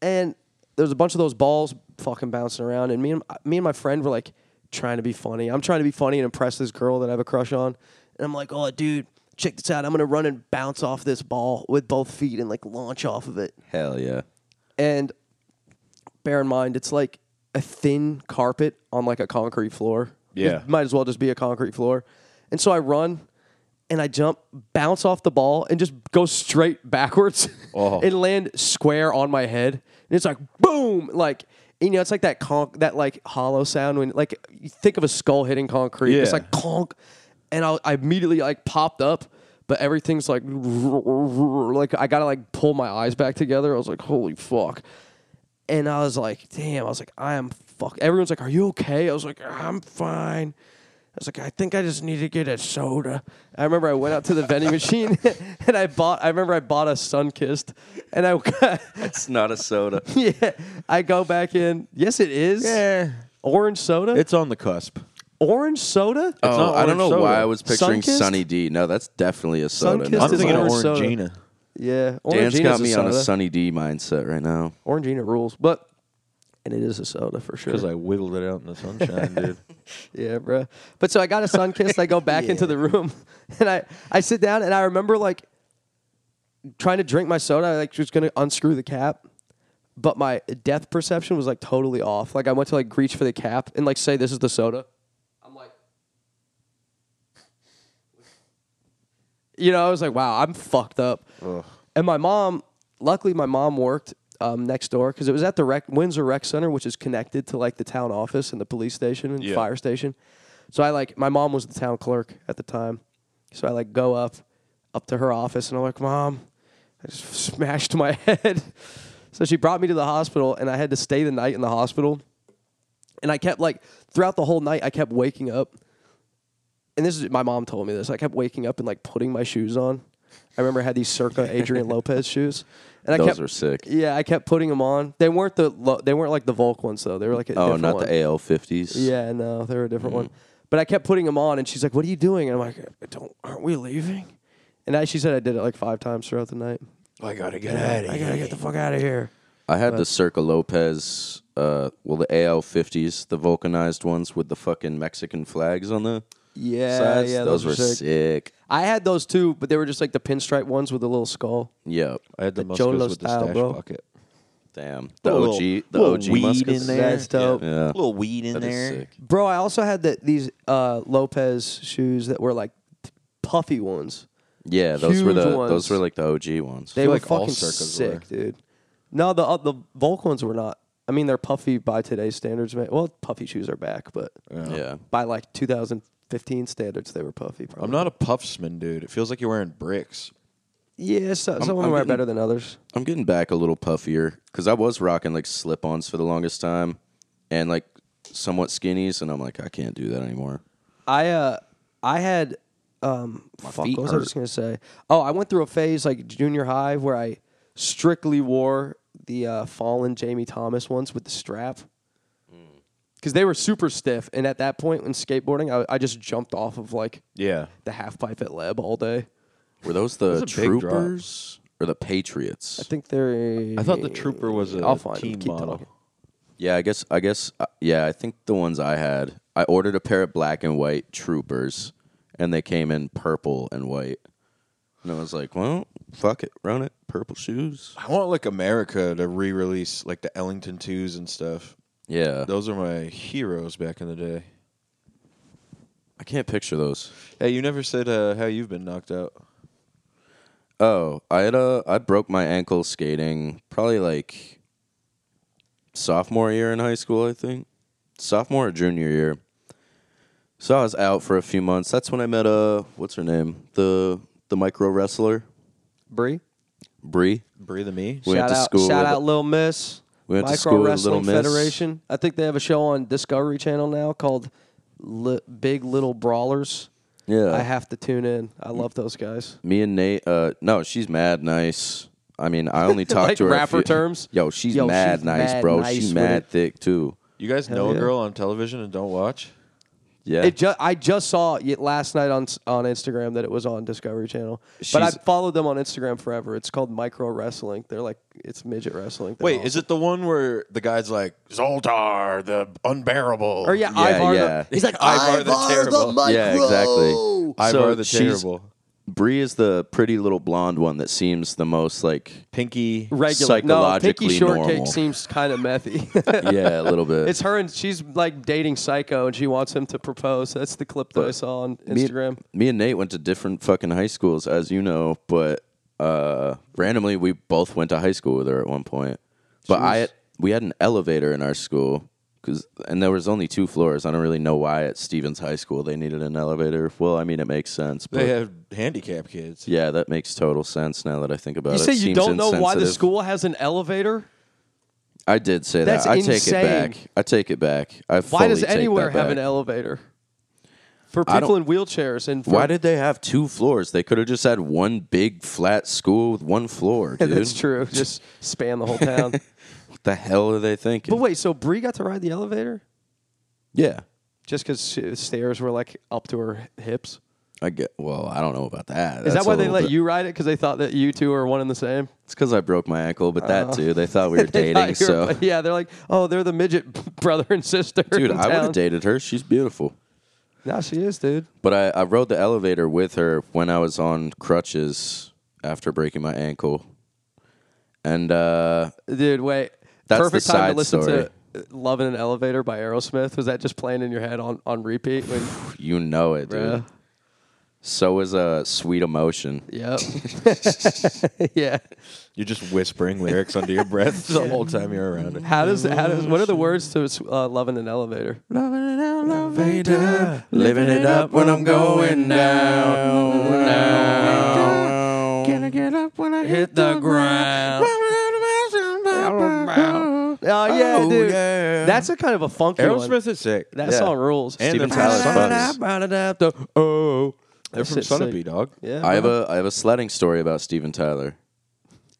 Speaker 1: And there was a bunch of those balls fucking bouncing around, and me and me and my friend were like trying to be funny. I'm trying to be funny and impress this girl that I have a crush on, and I'm like, oh dude. Check this out. I'm going to run and bounce off this ball with both feet and like launch off of it.
Speaker 2: Hell yeah.
Speaker 1: And bear in mind, it's like a thin carpet on like a concrete floor.
Speaker 3: Yeah.
Speaker 1: It might as well just be a concrete floor. And so I run and I jump, bounce off the ball, and just go straight backwards
Speaker 3: Oh.
Speaker 1: and land square on my head. And it's like boom, like you know, it's like that conk, that like hollow sound when like you think of a skull hitting concrete. It's
Speaker 3: Yeah.
Speaker 1: like conk, and I, I immediately like popped up, but everything's like like I gotta like pull my eyes back together. I was like, holy fuck. And I was like, damn, I was like, I am fuck. Everyone's like, are you okay? I was like, I'm fine. I was like, I think I just need to get a soda. I remember I went out to the vending machine and I bought, I remember I bought a Sunkist and I,
Speaker 2: It's not a soda.
Speaker 1: yeah, I go back in. Yes, it is.
Speaker 3: Yeah,
Speaker 1: Orange soda?
Speaker 3: it's on the cusp.
Speaker 1: orange soda?
Speaker 2: oh, I
Speaker 3: not
Speaker 2: don't
Speaker 3: orange
Speaker 2: know
Speaker 3: soda.
Speaker 2: why I was picturing
Speaker 1: Sunkist?
Speaker 2: Sunny D. No, that's definitely a soda.
Speaker 1: Sunkist
Speaker 2: never
Speaker 3: I'm
Speaker 1: is
Speaker 3: thinking
Speaker 2: mind.
Speaker 3: of
Speaker 1: orange soda.
Speaker 3: Orangina.
Speaker 1: yeah.
Speaker 2: Dan's
Speaker 1: Orangina's
Speaker 2: got
Speaker 1: a
Speaker 2: me on a
Speaker 1: soda.
Speaker 2: Sunny D mindset right now.
Speaker 1: Orangina rules, but, and it is a soda for sure.
Speaker 3: Because I wiggled it out in the sunshine, dude.
Speaker 1: Yeah, bro. But so I got a sun kiss. I go back into the room, and I I sit down, and I remember like trying to drink my soda. I like was gonna unscrew the cap, but my depth perception was like totally off. Like I went to like reach for the cap and like say this is the soda. I'm like, you know, I was like, wow, I'm fucked up. And my mom, luckily, my mom worked. Um, next door because it was at the rec- Windsor Rec Center, which is connected to like the town office and the police station and
Speaker 3: Yeah.
Speaker 1: fire station. So I like my mom was the town clerk at the time, so I like go up up to her office and I'm like, Mom, I just smashed my head. so she brought me to the hospital and I had to stay the night in the hospital. And I kept like throughout the whole night, I kept waking up. And this is my mom told me this. I kept waking up and like putting my shoes on. I remember I had these circa Adrian Lopez shoes, and I
Speaker 2: Those
Speaker 1: kept
Speaker 2: were sick.
Speaker 1: yeah, I kept putting them on. They weren't the lo- they weren't like the Volk ones though. They were like a
Speaker 2: Oh,
Speaker 1: different
Speaker 2: not
Speaker 1: one.
Speaker 2: the AL fifties.
Speaker 1: Yeah, no, they were a different one. But I kept putting them on, and she's like, "What are you doing?" And I'm like, "I "Don't, aren't we leaving?" And I, she said I did it like five times throughout the night.
Speaker 3: I gotta get out of here. I gotta get the fuck out of here.
Speaker 2: I had the Circa Lopez, uh, well, the AL 50s, the vulcanized ones with the fucking Mexican flags on the
Speaker 1: Yeah,
Speaker 2: sides.
Speaker 1: yeah,
Speaker 2: those,
Speaker 1: those are
Speaker 2: were
Speaker 1: sick.
Speaker 2: sick.
Speaker 1: I had those too, but they were just like the pinstripe ones with the little skull.
Speaker 2: Yep.
Speaker 3: I had the,
Speaker 1: The
Speaker 3: muskets
Speaker 1: Jolo
Speaker 3: with the
Speaker 1: style,
Speaker 3: stash
Speaker 1: bro.
Speaker 3: pocket.
Speaker 2: Damn. The
Speaker 4: A little-
Speaker 2: OG, the
Speaker 4: little
Speaker 2: OG
Speaker 4: weed
Speaker 2: muskets.
Speaker 4: in there.
Speaker 1: That's dope.
Speaker 2: Yeah.
Speaker 4: A little weed in
Speaker 2: That is
Speaker 4: there.
Speaker 2: sick.
Speaker 1: Bro, I also had that these uh, Lopez shoes that were like puffy ones.
Speaker 2: Yeah, those were
Speaker 1: Huge
Speaker 2: the
Speaker 1: ones.
Speaker 2: those were like the OG ones.
Speaker 1: They were
Speaker 3: like all
Speaker 1: fucking
Speaker 3: Circas
Speaker 1: sick,
Speaker 3: were.
Speaker 1: dude. No, the uh, the Volk ones were not. I mean, they're puffy by today's standards. man. Well, puffy shoes are back, but
Speaker 2: yeah.
Speaker 1: by like 2015 standards, they were puffy. Probably.
Speaker 3: I'm not a puffsman, dude. It feels like you're wearing bricks.
Speaker 1: Yeah, so, some of
Speaker 2: I'm
Speaker 1: them are
Speaker 2: getting-
Speaker 1: better than others.
Speaker 2: I'm getting back a little puffier because I was rocking like slip ons for the longest time and like somewhat skinnies, and I'm like, I can't do that anymore.
Speaker 1: I uh, I had um, fuck.
Speaker 2: feet
Speaker 1: What was I
Speaker 2: hurt.
Speaker 1: just gonna say? Oh, I went through a phase like junior high where I strictly wore the uh, fallen Jamie Thomas ones with the strap
Speaker 2: Mm.
Speaker 1: because they were super stiff. And at that point, in skateboarding, I, I just jumped off of like
Speaker 3: Yeah.
Speaker 1: the half pipe at Leb all day.
Speaker 2: Were those the
Speaker 3: Those are big
Speaker 2: Troopers or the Patriots?
Speaker 1: I think they're.
Speaker 3: I thought the trooper was a
Speaker 1: I'll find
Speaker 3: team
Speaker 1: them. Keep
Speaker 3: model.
Speaker 1: talking.
Speaker 2: Yeah, I guess I guess uh, yeah, I think the ones I had, I ordered a pair of black and white troopers and they came in purple and white. And I was like, "Well, fuck it, run it, purple shoes."
Speaker 3: I want like America to re-release like the Ellington twos and stuff.
Speaker 2: Yeah.
Speaker 3: Those are my heroes back in the day.
Speaker 2: I can't picture those.
Speaker 3: Hey, you never said uh, how you've been knocked out.
Speaker 2: Oh, I had a I broke my ankle skating probably like sophomore year in high school, I think. Sophomore or junior year. So I was out for a few months. That's when I met uh what's her name? The the micro wrestler,
Speaker 1: Bree.
Speaker 2: Bree.
Speaker 3: Breathe of me.
Speaker 2: We
Speaker 1: shout
Speaker 2: went to
Speaker 1: out,
Speaker 2: school
Speaker 1: shout
Speaker 2: with-
Speaker 1: out, Little Miss.
Speaker 2: We went to
Speaker 1: Micro
Speaker 2: school with
Speaker 1: Wrestling
Speaker 2: Little Miss.
Speaker 1: Federation. I think they have a show on Discovery Channel now called Li- Big Little Brawlers.
Speaker 2: Yeah.
Speaker 1: I have to tune in. I love those guys.
Speaker 2: Me and Nate. Uh, no, she's mad nice. I mean, I only talked
Speaker 1: Like
Speaker 2: to her. a
Speaker 1: rapper
Speaker 2: few-
Speaker 1: terms?
Speaker 2: Yo, she's
Speaker 1: Yo,
Speaker 2: mad
Speaker 1: she's
Speaker 2: nice,
Speaker 1: mad
Speaker 2: bro.
Speaker 1: nice
Speaker 2: she's
Speaker 1: with
Speaker 2: mad
Speaker 1: it.
Speaker 2: thick too.
Speaker 3: You guys
Speaker 1: Hell
Speaker 3: know a
Speaker 1: yeah.
Speaker 3: girl on television and don't watch?
Speaker 2: Yeah.
Speaker 1: It ju- I just saw it last night on s- on Instagram that it was on Discovery Channel. but
Speaker 2: She's-
Speaker 1: I've followed them on Instagram forever. It's called Micro Wrestling. They're like it's midget wrestling. They're
Speaker 3: Wait,
Speaker 1: awesome.
Speaker 3: is it the one where the guy's like Zoltar, the unbearable?
Speaker 1: Or yeah,
Speaker 2: Yeah,
Speaker 1: Ivar.
Speaker 2: yeah.
Speaker 1: The, he's like
Speaker 3: Ivar
Speaker 1: Ivar,
Speaker 3: the Terrible.
Speaker 1: micro.
Speaker 2: yeah, exactly.
Speaker 3: Ivar
Speaker 2: So
Speaker 3: the
Speaker 2: she's-
Speaker 3: Terrible,
Speaker 2: Bree is the pretty little blonde one that seems the most like.
Speaker 3: Pinky.
Speaker 1: Regular. No, Pinky
Speaker 2: psychologically
Speaker 1: Shortcake
Speaker 2: normal.
Speaker 1: seems kind of methy.
Speaker 2: Yeah, a little bit.
Speaker 1: It's her and she's like dating Psycho and she wants him to propose. That's the clip that I saw on
Speaker 2: me, oh,
Speaker 1: Instagram.
Speaker 2: Me and Nate went to different fucking high schools, as you know, but uh, randomly we both went to high school with her at one point. But I had, we had an elevator in our school, 'cause- and there was only two floors. I don't really know why at Stevens High School they needed an elevator. Well, I mean it makes sense, but
Speaker 3: They have handicap kids.
Speaker 2: yeah, that makes total sense now that I think about
Speaker 1: You
Speaker 2: it.
Speaker 1: say you
Speaker 2: Seems
Speaker 1: don't know why the
Speaker 2: insensitive.
Speaker 1: school has an elevator?
Speaker 2: I did say
Speaker 1: That's
Speaker 2: that. I
Speaker 1: insane.
Speaker 2: take it back. I take it back. I
Speaker 1: Why does
Speaker 2: fully take
Speaker 1: anywhere
Speaker 2: that
Speaker 1: have
Speaker 2: back.
Speaker 1: an elevator? For
Speaker 2: I
Speaker 1: people
Speaker 2: don't-
Speaker 1: in wheelchairs and for,
Speaker 2: Why did they have two floors? They could have just had one big flat school with one floor, dude.
Speaker 1: that's true. Just span the whole town.
Speaker 2: What the hell are they thinking?
Speaker 1: but wait, so Bree got to ride the elevator
Speaker 2: yeah,
Speaker 1: just because the stairs were like up to her hips?
Speaker 2: I get. Well, I don't know about that.
Speaker 1: Is
Speaker 2: That's
Speaker 1: that why
Speaker 2: a
Speaker 1: they
Speaker 2: little
Speaker 1: let
Speaker 2: bit-
Speaker 1: you ride it? Because they thought that you two were one and the same.
Speaker 2: It's because I broke my ankle, but that too. They thought we were
Speaker 1: Oh. They
Speaker 2: dating,
Speaker 1: thought you were-
Speaker 2: so
Speaker 1: yeah, they're like, oh, they're the midget brother and sister.
Speaker 2: dude,
Speaker 1: in
Speaker 2: I would
Speaker 1: town."
Speaker 2: have dated her. She's beautiful.
Speaker 1: No, she is, dude.
Speaker 2: But I, I rode the elevator with her when I was on crutches after breaking my ankle, and uh,
Speaker 1: Dude, wait.
Speaker 2: That's the
Speaker 1: Perfect time
Speaker 2: side
Speaker 1: to listen
Speaker 2: story.
Speaker 1: to uh, "Love in an Elevator" by Aerosmith. Was that just playing in your head on on repeat? When,
Speaker 2: you know it, dude.
Speaker 1: Bruh.
Speaker 2: So is a uh, sweet emotion.
Speaker 1: yep. yeah.
Speaker 3: You're just whispering lyrics under your breath the whole time you're around it.
Speaker 1: How does how does what are the words to uh, "Love in an Elevator"?
Speaker 2: Loving it out, elevator. Living it up when I'm going down. down. Can I get up when I hit the ground?
Speaker 1: Oh yeah,
Speaker 2: Oh,
Speaker 1: dude.
Speaker 2: yeah.
Speaker 1: That's a kind of a funky one.
Speaker 3: Aerosmith is sick.
Speaker 1: That
Speaker 2: yeah.
Speaker 1: song rules.
Speaker 3: And
Speaker 2: Steven
Speaker 3: they're
Speaker 2: Tyler's
Speaker 3: from-
Speaker 2: Bucks.
Speaker 1: oh,
Speaker 3: They're from Sunapee, dog.
Speaker 1: Yeah.
Speaker 2: I have a I have a sledding story about Steven Tyler.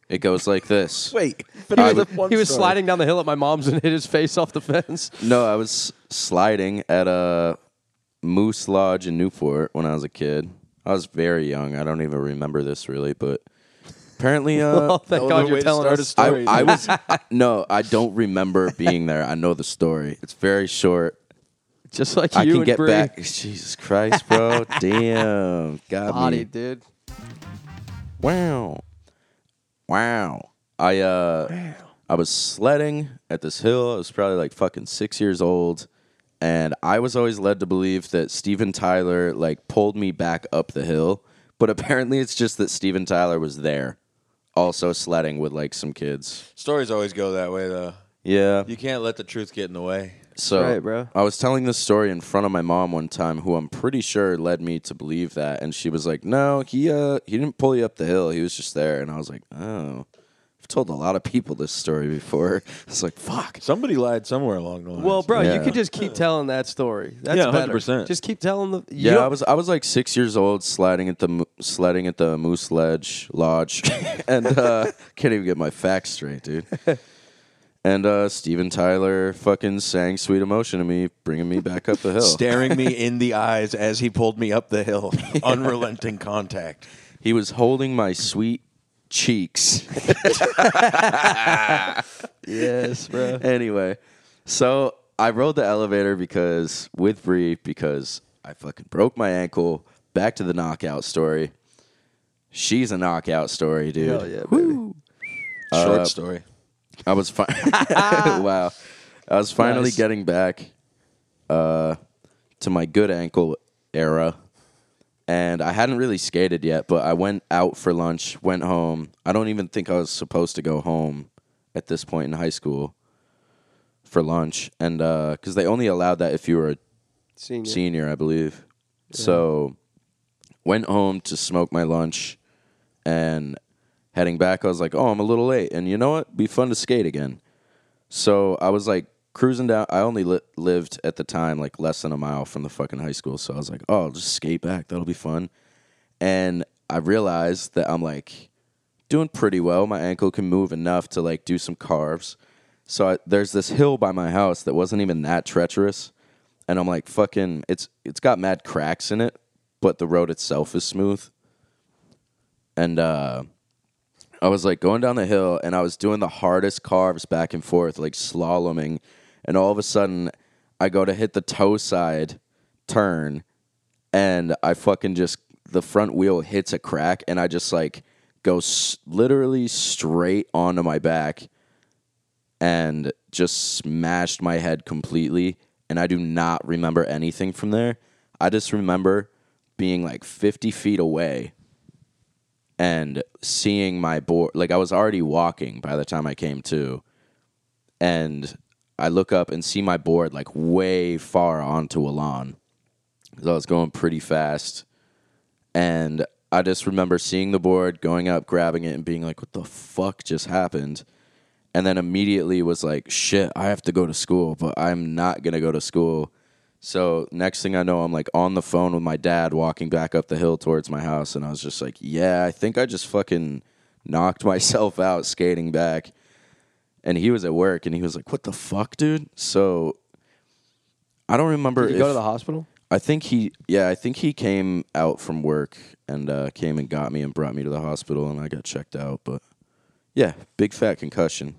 Speaker 2: It goes like this.
Speaker 3: Wait,
Speaker 1: he was, he was sliding down the hill at my mom's and hit his face off the fence.
Speaker 2: No, I was sliding at a Moose Lodge in Newport when I was a kid. I was very young. I don't even remember this really, but Apparently, uh,
Speaker 1: Oh, thank
Speaker 3: was
Speaker 1: God
Speaker 3: a
Speaker 1: you're
Speaker 3: way to
Speaker 1: telling
Speaker 3: start a
Speaker 1: us.
Speaker 3: story.
Speaker 2: I, I was I- no, I don't remember being there. I know the story. It's very short.
Speaker 1: Just like
Speaker 2: I
Speaker 1: you
Speaker 2: can
Speaker 1: and
Speaker 2: get
Speaker 1: Bree.
Speaker 2: back. Jesus Christ, bro! Damn, got
Speaker 1: Body,
Speaker 2: me.
Speaker 1: dude.
Speaker 2: Wow, wow. I uh, I was sledding at this hill. I was probably like fucking six years old, and I was always led to believe that Steven Tyler like pulled me back up the hill. But apparently, it's just that Steven Tyler was there, also sledding with like some kids.
Speaker 3: Stories always go that way, though.
Speaker 2: Yeah,
Speaker 3: You can't let the truth get in the way.
Speaker 2: So
Speaker 1: Right, bro.
Speaker 2: I was telling this story in front of my mom one time, who I'm pretty sure led me to believe that, and she was like, "No, he uh he didn't pull you up the hill. He was just there." And I was like, "Oh, I've told a lot of people this story before." It's like, "Fuck."
Speaker 3: Somebody lied somewhere along the line.
Speaker 1: Well, bro, you
Speaker 2: Yeah.
Speaker 1: could just keep telling that story. That's
Speaker 3: Yeah,
Speaker 1: better.
Speaker 3: 100%.
Speaker 1: Just keep telling the. you
Speaker 2: Yeah, I
Speaker 1: don't-
Speaker 2: was I was like six years old, sliding at the mo- sledding at the Moose Ledge Lodge, and uh, can't even get my facts straight, dude. And uh, Steven Tyler fucking sang "Sweet Emotion" to me, bringing me back up the hill.
Speaker 3: staring me in the eyes as he pulled me up the hill. Unrelenting contact.
Speaker 2: He was holding my sweet cheeks.
Speaker 1: Yes, bro.
Speaker 2: anyway, so I rode the elevator because with Bree because I fucking broke my ankle. Back to the knockout story. She's a knockout story, dude.
Speaker 1: Hell yeah, baby. Uh,
Speaker 3: Short story.
Speaker 2: I was fi- wow. I was finally
Speaker 1: Nice.
Speaker 2: getting back uh, to my good ankle era, and I hadn't really skated yet. But I went out for lunch, went home. I don't even think I was supposed to go home at this point in high school for lunch, and because they only allowed that if you were a
Speaker 1: Senior.
Speaker 2: senior, I believe. So went home to smoke my lunch and heading back I was like, "Oh, I'm a little late." And you know what? Be fun to skate again. So I was like cruising down I only li- lived at the time like less than a mile from the fucking high school, so I was like, "Oh, I'll just skate back. That'll be fun." And I realized that I'm like doing pretty well. My ankle can move enough to like do some carves. So I, there's this hill by my house that wasn't even that treacherous, and I'm like, fucking, it's it's got mad cracks in it, but the road itself is smooth. And uh, I was like going down the hill, and I was doing the hardest carves back and forth, like slaloming, and all of a sudden, I go to hit the toe side turn, and I fucking just the front wheel hits a crack, and I just like go s- literally straight onto my back, and just smashed my head completely. And I do not remember anything from there. I just remember being like 50 feet away and seeing my board. Like I was already walking by the time I came to. And I look up and see my board like way far onto a lawn because I was going pretty fast. And I just remember seeing the board, going up, grabbing it, and being like, what the fuck just happened? And then immediately was like, shit, I have to go to school, but I'm not going to go to school. So next thing I know, I'm like on the phone with my dad walking back up the hill towards my house. And I was just like, yeah, I think I just fucking knocked myself out skating back. And he was at work and he was like, what the fuck, dude? So I don't remember.
Speaker 1: Did you go
Speaker 2: if-
Speaker 1: to the hospital?
Speaker 2: I think he, yeah, I think he came out from work and uh, came and got me and brought me to the hospital, and I got checked out. But yeah, big fat concussion.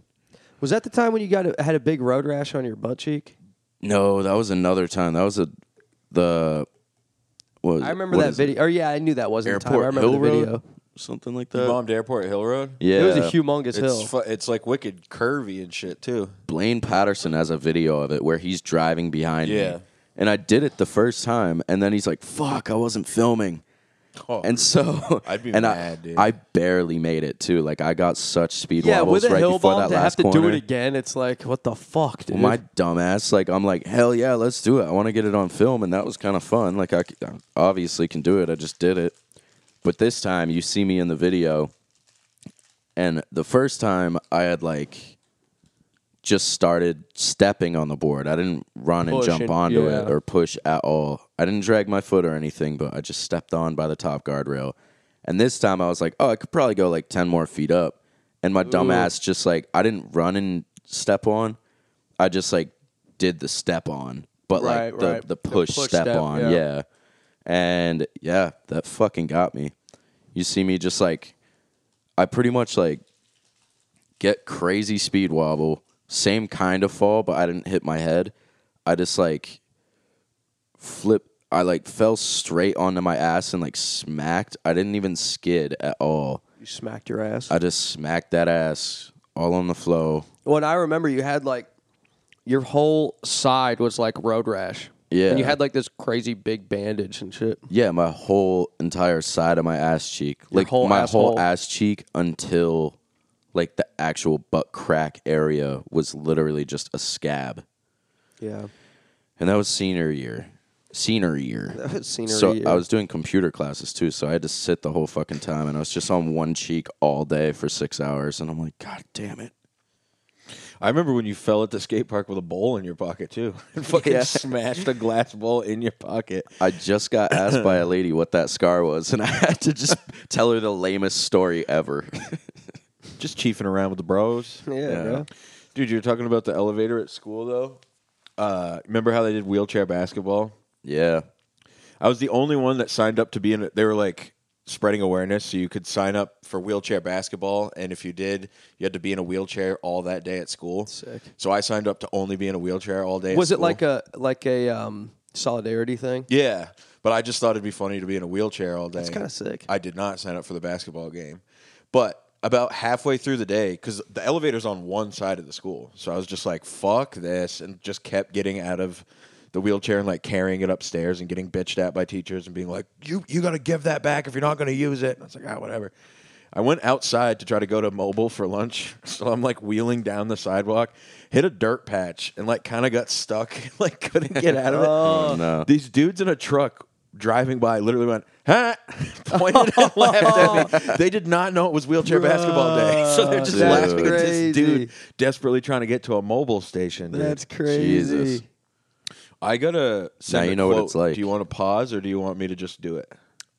Speaker 1: Was that the time when you got a, had a big road rash on your butt cheek?
Speaker 2: No, that was another time. That was a the. What,
Speaker 1: I remember
Speaker 2: what
Speaker 1: that
Speaker 2: is it?
Speaker 1: video. Or yeah, I knew that wasn't the time. I
Speaker 2: Airport
Speaker 1: remember
Speaker 2: Hill
Speaker 1: the video.
Speaker 2: Road, something like
Speaker 1: uh,
Speaker 3: You
Speaker 2: that.
Speaker 3: bombed Airport Hill Road?
Speaker 2: yeah,
Speaker 1: It was a humongous hill.
Speaker 3: It's, fu- it's like wicked curvy and shit, too.
Speaker 2: Blaine Patterson has a video of it where he's driving behind
Speaker 3: Yeah.
Speaker 2: me. And I did it the first time, and then he's like, "Fuck, I wasn't filming."
Speaker 3: Oh,
Speaker 2: And so,
Speaker 3: I'd be
Speaker 2: and I,
Speaker 3: mad, dude.
Speaker 2: I barely made it too. Like I got such speed
Speaker 1: yeah,
Speaker 2: wobbles
Speaker 1: with a
Speaker 2: right
Speaker 1: hill
Speaker 2: before
Speaker 1: bomb
Speaker 2: that
Speaker 1: to have
Speaker 2: last
Speaker 1: to
Speaker 2: corner.
Speaker 1: do it again, it's like what the fuck, dude.
Speaker 2: Well, my dumbass, like I'm like, hell yeah, let's do it. I want to get it on film, and that was kind of fun. Like I, c- I obviously can do it. I just did it. But this time, you see me in the video, and the first time I had like just started stepping on the board. I didn't run and
Speaker 1: Push
Speaker 2: jump
Speaker 1: and-
Speaker 2: onto it
Speaker 1: yeah.
Speaker 2: or push at all. I didn't drag my foot or anything, but I just stepped on by the top guardrail. And this time I was like, oh, I could probably go like 10 more feet up. And my dumbass just like, I didn't run and step on. I just like did the step on, but
Speaker 1: Right,
Speaker 2: like the,
Speaker 1: right.
Speaker 2: the
Speaker 1: The
Speaker 2: push,
Speaker 1: push
Speaker 2: step,
Speaker 1: step,
Speaker 2: on.
Speaker 1: yeah.
Speaker 2: yeah. And yeah, that fucking got me. You see me just like I pretty much like get crazy speed wobble, same kind of fall, but I didn't hit my head. I just like flip. I like fell straight onto my ass and like smacked. I didn't even skid at all.
Speaker 1: You smacked your ass.
Speaker 2: I just smacked that ass all on the flow.
Speaker 1: when I remember you had like your whole side was like road rash.
Speaker 2: Yeah.
Speaker 1: And you had like this crazy big bandage and shit.
Speaker 2: Yeah, my whole entire side of my ass cheek, like
Speaker 1: whole
Speaker 2: my
Speaker 1: asshole.
Speaker 2: whole ass cheek until like the actual butt crack area was literally just a scab,
Speaker 1: Yeah.
Speaker 2: and that was senior year. Senior year.
Speaker 1: That was senior
Speaker 2: so
Speaker 1: year.
Speaker 2: I was doing computer classes too, so I had to sit the whole fucking time, and I was just on one cheek all day for six hours, and I'm like, God damn it!
Speaker 3: I remember when you fell at the skate park with a bowl in your pocket too, and fucking smashed a glass bowl in your pocket.
Speaker 2: I just got asked by a lady what that scar was, and I had to just tell her the lamest story ever.
Speaker 3: Just chiefing around with the bros.
Speaker 1: Yeah, bro.
Speaker 3: Dude, you were talking about the elevator at school though. Uh, remember how they did wheelchair basketball?
Speaker 2: yeah,
Speaker 3: I was the only one that signed up to be in it. They were like spreading awareness, so you could sign up for wheelchair basketball, and if you did, you had to be in a wheelchair all that day at school.
Speaker 1: Sick.
Speaker 3: So I signed up to only be in a wheelchair all day.
Speaker 1: Was it like a like a um solidarity thing?
Speaker 3: yeah? But I just thought it'd be funny to be in a wheelchair all day.
Speaker 1: That's kinda sick.
Speaker 3: I did not sign up for the basketball game, but about halfway through the day, because the elevator's on one side of the school, so I was just like, "Fuck this," and just kept getting out of the wheelchair and like carrying it upstairs and getting bitched at by teachers and being like, "You you gotta give that back if you're not gonna use it." And I was like, "Ah, whatever." I went outside to try to go to mobile for lunch, so I'm like wheeling down the sidewalk, hit a dirt patch, and like kind of got stuck, like couldn't get out of it.
Speaker 2: Oh, no.
Speaker 3: Uh, These dudes in a truck driving by literally went, huh? pointed and laughed at me. They did not know it was wheelchair basketball day. So they're just
Speaker 2: Bruh,
Speaker 3: laughing at
Speaker 1: crazy.
Speaker 3: this dude desperately trying to get to a mobile station. dude.
Speaker 1: crazy.
Speaker 2: Jesus.
Speaker 3: I gotta send
Speaker 2: Now you
Speaker 3: a
Speaker 2: know what
Speaker 3: quote.
Speaker 2: it's like.
Speaker 3: Do you want to pause or do you want me to just do it?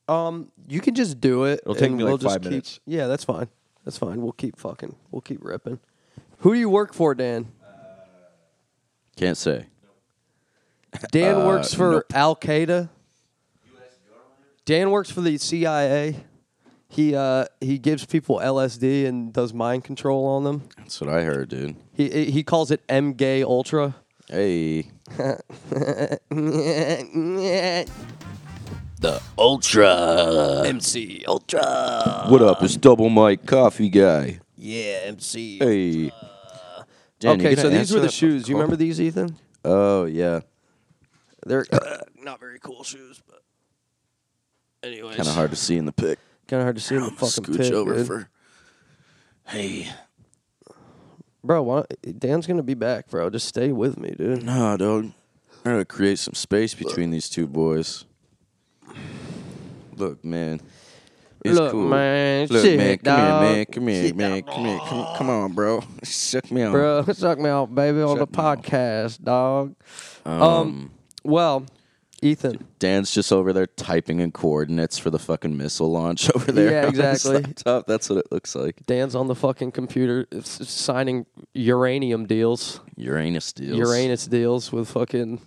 Speaker 1: Um, you can just do it.
Speaker 3: It'll take
Speaker 1: and
Speaker 3: me, like,
Speaker 1: we'll just
Speaker 3: five
Speaker 1: keep-
Speaker 3: minutes.
Speaker 1: Yeah, that's fine. That's fine. We'll keep fucking. We'll keep ripping. Who do you work for, Dan?
Speaker 2: can't say.
Speaker 1: Dan works for Al Qaeda. Dan works for the CIA. He uh, he gives people LSD and does mind control on them.
Speaker 2: That's what I heard, dude.
Speaker 1: He he calls it M Gay Ultra.
Speaker 2: Hey,
Speaker 1: MC Ultra.
Speaker 2: what up?
Speaker 1: Um,
Speaker 2: It's Double Mike Coffee Guy.
Speaker 1: Yeah, MC.
Speaker 2: Hey.
Speaker 1: Uh, okay, so these were the shoes. You remember these, Ethan?
Speaker 2: Oh yeah,
Speaker 1: They're uh, not very cool shoes, but anyways,
Speaker 2: kind of hard to see in the pic.
Speaker 1: Kind of hard to see in the fucking
Speaker 2: Scooch
Speaker 1: pit,
Speaker 2: over
Speaker 1: dude.
Speaker 2: for. Hey,
Speaker 1: bro. Why, Dan's gonna be back, bro. Just stay with me, dude.
Speaker 2: nah, dog. I gotta create some space between these two boys. Look, man. It's
Speaker 1: Look,
Speaker 2: cool.
Speaker 1: man,
Speaker 2: Look,
Speaker 1: shit,
Speaker 2: man. Come
Speaker 1: dog.
Speaker 2: here, man. Come here, man. Come here. Come, come on, bro. Suck me on.
Speaker 1: Bro, suck me off, baby, on the
Speaker 2: Suck me off.
Speaker 1: podcast, dog. Um,
Speaker 2: Um,
Speaker 1: well, Ethan.
Speaker 2: Dan's just over there typing in coordinates for the fucking missile launch over there.
Speaker 1: Yeah,
Speaker 2: on his
Speaker 1: exactly.
Speaker 2: laptop. That's what it looks like.
Speaker 1: Dan's on the fucking computer s- signing uranium deals,
Speaker 2: Uranus deals.
Speaker 1: Uranus deals with fucking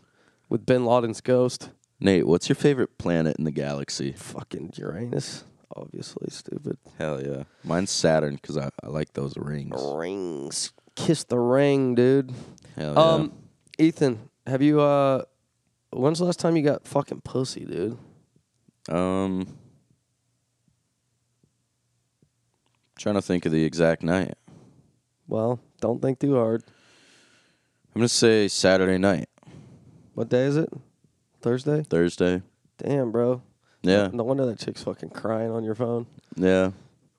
Speaker 1: with Bin Laden's ghost.
Speaker 2: Nate, what's your favorite planet in the galaxy?
Speaker 1: Fucking Uranus, obviously stupid.
Speaker 2: Hell yeah. Mine's Saturn because I, I like those rings.
Speaker 1: Rings, kiss the ring, dude.
Speaker 2: Hell Oh, yeah.
Speaker 1: Um, Ethan, have you uh, when's the last time you got fucking pussy, dude?
Speaker 2: Um, trying to think of the exact night.
Speaker 1: Well, don't think too hard.
Speaker 2: I'm gonna say Saturday night,
Speaker 1: What day is it? Thursday.
Speaker 2: Thursday.
Speaker 1: Damn, bro.
Speaker 2: Yeah,
Speaker 1: No wonder that chick's fucking crying on your phone.
Speaker 2: yeah.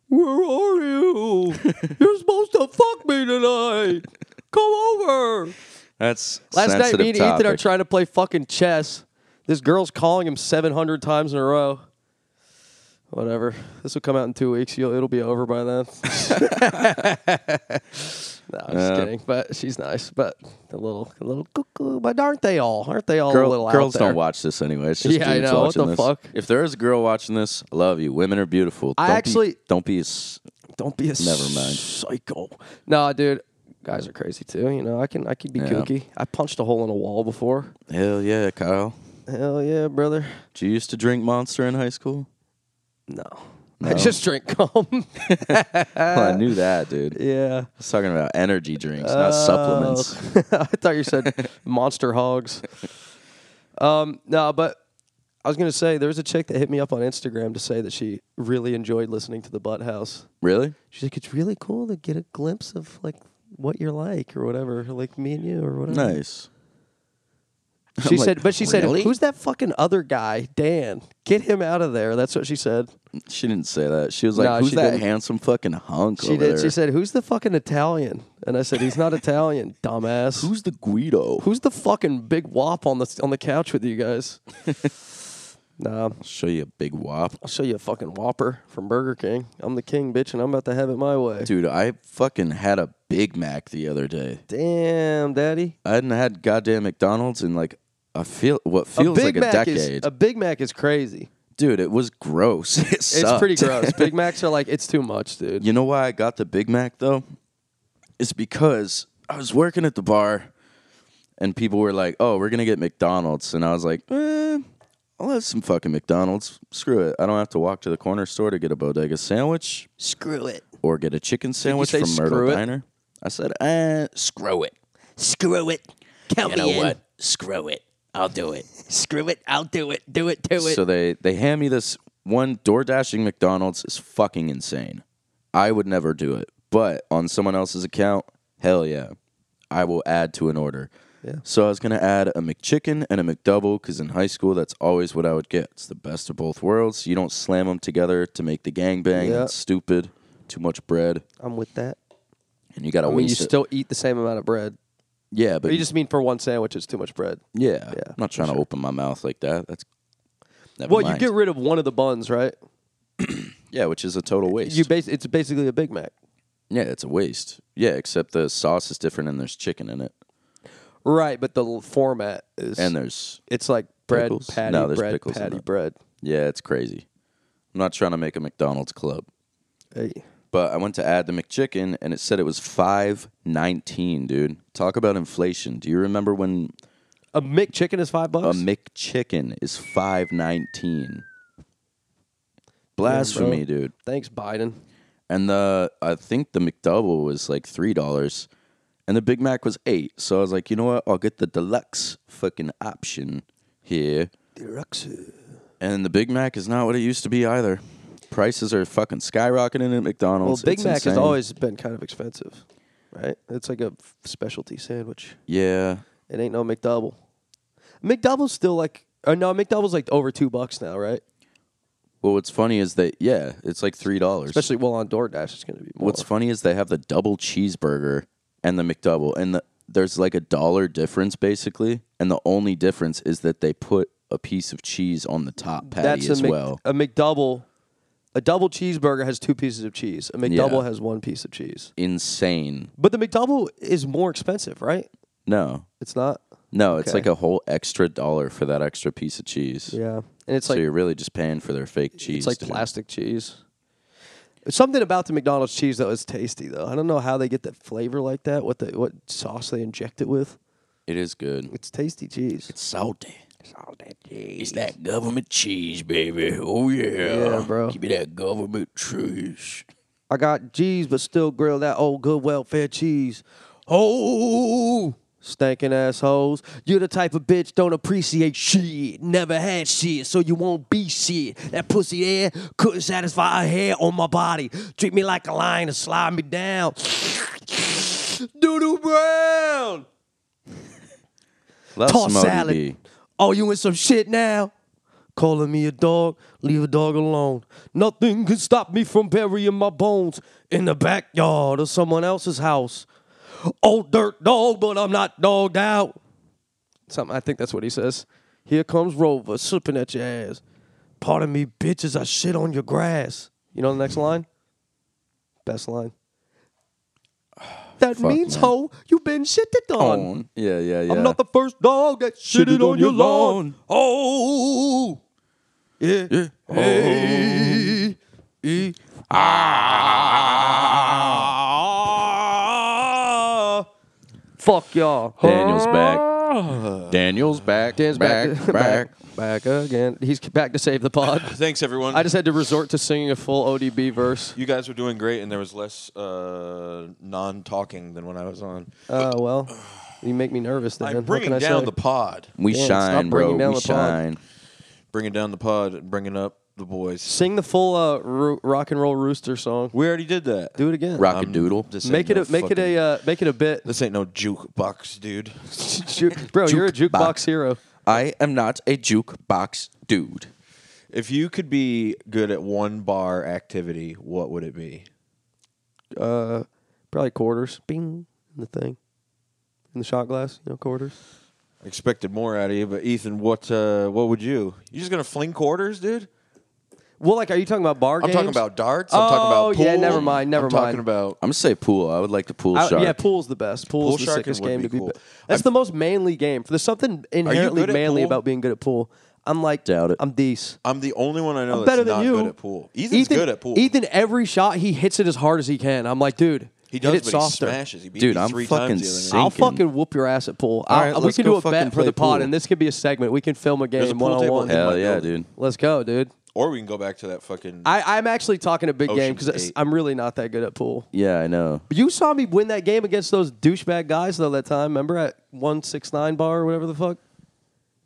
Speaker 1: Where are you? You're supposed to fuck me tonight. Come over.
Speaker 2: That's
Speaker 1: Last night,
Speaker 2: sensitive
Speaker 1: me and Ethan are
Speaker 2: topic.
Speaker 1: trying to play fucking chess. This girl's calling him 700 times in a row. Whatever. This will come out in two weeks. You'll, it'll be over by then. no, I'm just
Speaker 2: Yeah.
Speaker 1: kidding. But she's nice. But a little, a little cuckoo. But aren't they all? Aren't they all a
Speaker 2: Girl-
Speaker 1: little out
Speaker 2: girls
Speaker 1: there?
Speaker 2: don't watch this anyway. It's just
Speaker 1: Yeah, I
Speaker 2: dudes
Speaker 1: know. What
Speaker 2: watching
Speaker 1: the
Speaker 2: this.
Speaker 1: fuck?
Speaker 2: If there is a girl watching this, I love you. Women are beautiful.
Speaker 1: I
Speaker 2: don't
Speaker 1: actually-
Speaker 2: be, don't be. a s-
Speaker 1: Don't be a
Speaker 2: Never mind.
Speaker 1: psycho. No, dude, guys are crazy too. You know, I can I could be
Speaker 2: Yeah.
Speaker 1: kooky. I punched a hole in a wall before.
Speaker 2: Hell yeah, Kyle.
Speaker 1: Hell yeah, brother.
Speaker 2: Did you used to drink Monster in high school?
Speaker 1: No, I just drink calm.
Speaker 2: Well, I knew that, dude. I
Speaker 1: Uh, yeah. Oh.
Speaker 2: was talking about energy drinks, not supplements.
Speaker 1: I thought you said monster hogs. Um, no, but I was gonna say there was a chick that hit me up on Instagram to say that she really enjoyed listening to the Butt House.
Speaker 2: Really?
Speaker 1: She's like, it's really cool to get a glimpse of like what you're like or whatever, like me and you or whatever.
Speaker 2: Nice.
Speaker 1: She
Speaker 2: I'm like,
Speaker 1: said, but she
Speaker 2: "Really?"
Speaker 1: said, who's that fucking other guy, Dan? Get him out of there. That's what she said.
Speaker 2: She didn't say that. She was like,
Speaker 1: No,
Speaker 2: "Who's
Speaker 1: she
Speaker 2: that
Speaker 1: didn't.
Speaker 2: handsome fucking hunk
Speaker 1: She
Speaker 2: over
Speaker 1: did.
Speaker 2: there?
Speaker 1: She said, who's the fucking Italian? And I said, he's not Italian, dumbass.
Speaker 2: "Who's the Guido?"
Speaker 1: Who's the fucking big wop on the on the couch with you guys? nah,
Speaker 2: I'll show you a big wop,
Speaker 1: I'll show you a fucking Whopper from Burger King. I'm the king, bitch, and I'm about to have it my way.
Speaker 2: dude. I fucking had a Big Mac the other day.
Speaker 1: Damn, daddy.
Speaker 2: I hadn't had goddamn McDonald's in like I feel what
Speaker 1: A
Speaker 2: feels like
Speaker 1: Big
Speaker 2: a
Speaker 1: Mac
Speaker 2: decade,
Speaker 1: is a Big Mac is crazy.
Speaker 2: dude. It was gross. It
Speaker 1: It's
Speaker 2: sucked.
Speaker 1: pretty gross. Big Macs are like it's too much, dude.
Speaker 2: You know why I got the Big Mac though? It's because I was working at the bar and people were like, oh, we're going to get McDonald's. And I was like, eh, I'll have some fucking McDonald's. Screw it. I don't have to walk to the corner store to get a bodega sandwich
Speaker 1: Screw it.
Speaker 2: or get a chicken sandwich
Speaker 1: say
Speaker 2: from Myrtle
Speaker 1: screw it?
Speaker 2: Diner. I said, eh, screw it.
Speaker 4: Screw it.
Speaker 2: You
Speaker 4: Count me
Speaker 2: know
Speaker 4: in.
Speaker 2: what?
Speaker 4: Screw it. I'll do it. Screw it. I'll do it. Do it. Do it.
Speaker 2: So they, they hand me this one door dashing McDonald's is fucking insane. I would never do it. But on someone else's account, hell yeah. I will add to an order. Yeah. So I was gonna add a McChicken and a McDouble because in high school that's always what I would get. It's the best of both worlds. You don't slam them together to make the gangbang.
Speaker 1: Yeah.
Speaker 2: It's stupid. Too much bread,
Speaker 1: I'm with that.
Speaker 2: and you gotta
Speaker 1: I mean, you
Speaker 2: waste it.
Speaker 1: still eat the same amount of bread.
Speaker 2: yeah, but
Speaker 1: But you just mean for one sandwich, it's too much bread.
Speaker 2: yeah.
Speaker 1: yeah,
Speaker 2: I'm not trying to open my mouth like that. That's never
Speaker 1: Well,
Speaker 2: mind.
Speaker 1: you get rid of one of the buns, right?
Speaker 2: yeah, which is a total waste.
Speaker 1: You bas- it's basically a Big Mac.
Speaker 2: yeah, it's a waste. Yeah, except the sauce is different and there's chicken in it,
Speaker 1: Right, but the l- format is
Speaker 2: and there's
Speaker 1: it's like bread
Speaker 2: Pickles?
Speaker 1: patty
Speaker 2: No, there's
Speaker 1: bread
Speaker 2: pickles in
Speaker 1: patty
Speaker 2: it.
Speaker 1: bread.
Speaker 2: yeah, it's crazy. I'm not trying to make a McDonald's club.
Speaker 1: Hey.
Speaker 2: but I went to add the McChicken and it said it was five nineteen, dude. Talk about inflation. Do you remember when
Speaker 1: A McChicken is 5
Speaker 2: a
Speaker 1: bucks?
Speaker 2: McChicken is five nineteen? Blasphemy,
Speaker 1: Yeah, bro.
Speaker 2: dude.
Speaker 1: Thanks Biden.
Speaker 2: And the I think the McDouble was like three dollars, and the Big Mac was eight. So I was like, you know what? I'll get the deluxe fucking option here. And the Big Mac is not what it used to be either. Prices are fucking skyrocketing at
Speaker 1: Well,
Speaker 2: McDonald's.
Speaker 1: Big
Speaker 2: It's
Speaker 1: Mac has
Speaker 2: insane.
Speaker 1: always been kind of expensive, right? It's like a f- specialty sandwich.
Speaker 2: yeah.
Speaker 1: It ain't no McDouble. McDouble's still like, or no, McDouble's like over two bucks now, right?
Speaker 2: Well, what's funny is that yeah, it's like three dollars.
Speaker 1: Especially well on DoorDash, it's going to be more.
Speaker 2: what's funny is they have the double cheeseburger and the McDouble, and the, there's like a dollar difference basically, and the only difference is that they put a piece of cheese on the top patty
Speaker 1: That's a,
Speaker 2: as
Speaker 1: Mc,
Speaker 2: well.
Speaker 1: a McDouble. A double cheeseburger has two pieces of cheese. A McDouble
Speaker 2: Yeah.
Speaker 1: has one piece of cheese.
Speaker 2: Insane.
Speaker 1: But the McDouble is more expensive, right?
Speaker 2: No,
Speaker 1: It's not.
Speaker 2: no, it's
Speaker 1: Okay.
Speaker 2: like a whole extra dollar for that extra piece of cheese.
Speaker 1: Yeah, and it's
Speaker 2: So
Speaker 1: like
Speaker 2: you're really just paying for their fake
Speaker 1: it's
Speaker 2: cheese.
Speaker 1: like
Speaker 2: dude.
Speaker 1: plastic cheese. There's something about the McDonald's cheese though is tasty though. I don't know how they get that flavor like that. What the what sauce they inject it with?
Speaker 2: It is good.
Speaker 1: It's tasty cheese.
Speaker 4: salty. Salty cheese. It's that government cheese, baby. Oh, yeah.
Speaker 1: Yeah, bro.
Speaker 4: Give me that government cheese.
Speaker 1: I got cheese, but still grill that old good welfare cheese. Oh, stankin' assholes! You're the type of bitch don't appreciate shit.
Speaker 4: Never had shit, so you won't be shit. That pussy there couldn't satisfy a hair on my body. Treat me like a lion and slide me down.
Speaker 1: Doodoo Brown.
Speaker 2: Love
Speaker 4: tossed
Speaker 2: some
Speaker 4: salad.
Speaker 2: ODB.
Speaker 4: Oh, you in some shit now?
Speaker 1: Calling me a dog, leave a dog alone. Nothing can stop me from burying my bones in the backyard of someone else's house. Old dirt dog, but I'm not dogged out. Something I think that's what he says. Here comes Rover, slipping at your ass. Pardon me, bitches, I shit on your grass. You know the next line? Best line. That
Speaker 2: Fuck,
Speaker 1: means,
Speaker 2: man.
Speaker 1: hoe, you been shitted on.
Speaker 2: Yeah, yeah, yeah.
Speaker 1: I'm not the first dog that shitted, on, your lawn. Oh, yeah. Hey. E. Ah. Fuck y'all.
Speaker 2: Daniel's back. Daniel's back.
Speaker 1: Dan's Ah. back,
Speaker 2: back. back.
Speaker 1: back, back again. He's back to save the pod.
Speaker 3: Thanks, everyone.
Speaker 1: I just had to resort to singing a full ODB verse.
Speaker 3: you guys were doing great, and there was less uh, non-talking than when I was on.
Speaker 1: Oh well, you make me nervous. Then
Speaker 3: I'm
Speaker 1: what
Speaker 3: bringing
Speaker 1: can I
Speaker 3: down
Speaker 1: say?
Speaker 3: the pod.
Speaker 2: We
Speaker 1: Dan, stop
Speaker 2: shine, bro.
Speaker 1: bringing down
Speaker 2: We
Speaker 1: the pod.
Speaker 2: shine.
Speaker 3: Bringing down the pod and bringing up the boys.
Speaker 1: Sing the full uh, ro- rock and roll rooster song.
Speaker 3: We already did that.
Speaker 1: Do it again.
Speaker 2: Rock and doodle.
Speaker 3: This ain't
Speaker 1: Make it
Speaker 3: no
Speaker 1: a make it
Speaker 3: fucking-
Speaker 1: a uh, make it a bit.
Speaker 3: This ain't no jukebox, dude.
Speaker 1: Ju- bro, you're a
Speaker 2: Jukebox.
Speaker 1: jukebox hero.
Speaker 2: I am not a jukebox dude.
Speaker 3: If you could be good at one bar activity, what would it be?
Speaker 1: Uh, probably quarters. Bing in the thing, in the shot glass. You know, quarters.
Speaker 3: I expected more out of you, but Ethan, what uh, what would you? You just gonna fling quarters, dude?
Speaker 1: Well, like, are you talking about bar
Speaker 3: I'm
Speaker 1: games?
Speaker 3: talking about darts. I'm talking
Speaker 1: Oh,
Speaker 3: about pool.
Speaker 1: yeah, never mind, never
Speaker 3: I'm talking
Speaker 1: mind.
Speaker 3: about
Speaker 2: I'm gonna say pool. I would like the pool
Speaker 1: I-
Speaker 2: shark.
Speaker 1: yeah, pool's the best. Pool's
Speaker 3: Pool
Speaker 1: the
Speaker 3: sharking
Speaker 1: sickest
Speaker 3: would
Speaker 1: game
Speaker 3: be
Speaker 1: to be.
Speaker 3: cool.
Speaker 1: but That's
Speaker 3: I've-
Speaker 1: the most manly game. There's something inherently
Speaker 3: good at
Speaker 1: manly
Speaker 3: pool?
Speaker 1: about being good at pool. I'm like,
Speaker 2: Doubt it.
Speaker 1: I'm decent.
Speaker 3: I'm the only one I know
Speaker 1: I'm
Speaker 3: that's
Speaker 1: better than
Speaker 3: not
Speaker 1: you.
Speaker 3: good at pool. Ethan's
Speaker 1: Ethan,
Speaker 3: good at pool.
Speaker 1: Ethan, every shot he hits it as hard as he can. I'm like, dude,
Speaker 3: he
Speaker 1: hit
Speaker 3: does,
Speaker 1: it
Speaker 3: but
Speaker 1: softer.
Speaker 3: he smashes. He beat
Speaker 2: Dude,
Speaker 3: me
Speaker 2: I'm
Speaker 3: three
Speaker 2: fucking
Speaker 3: times the other night.
Speaker 1: I'll
Speaker 2: Thinking.
Speaker 1: fucking whoop your ass at pool. I'll-
Speaker 2: All right,
Speaker 1: we
Speaker 2: let's
Speaker 1: can
Speaker 2: go
Speaker 1: do a
Speaker 2: fucking
Speaker 1: bet for the
Speaker 2: play
Speaker 1: pod,
Speaker 2: pool.
Speaker 1: and this could be a segment. We can film a
Speaker 3: There's a
Speaker 1: game
Speaker 3: pool
Speaker 1: one on
Speaker 3: table
Speaker 1: one.
Speaker 3: in my
Speaker 2: Hell yeah,
Speaker 3: building.
Speaker 2: dude.
Speaker 1: Let's go, dude.
Speaker 3: Or we can go back to that fucking.
Speaker 1: I, I'm actually talking a big game
Speaker 3: Ocean's
Speaker 1: because
Speaker 3: Eight.
Speaker 1: I'm really not that good at pool.
Speaker 2: Yeah, I know.
Speaker 1: But You saw me win that game against those douchebag guys though that time. Remember at one six nine bar or whatever the fuck.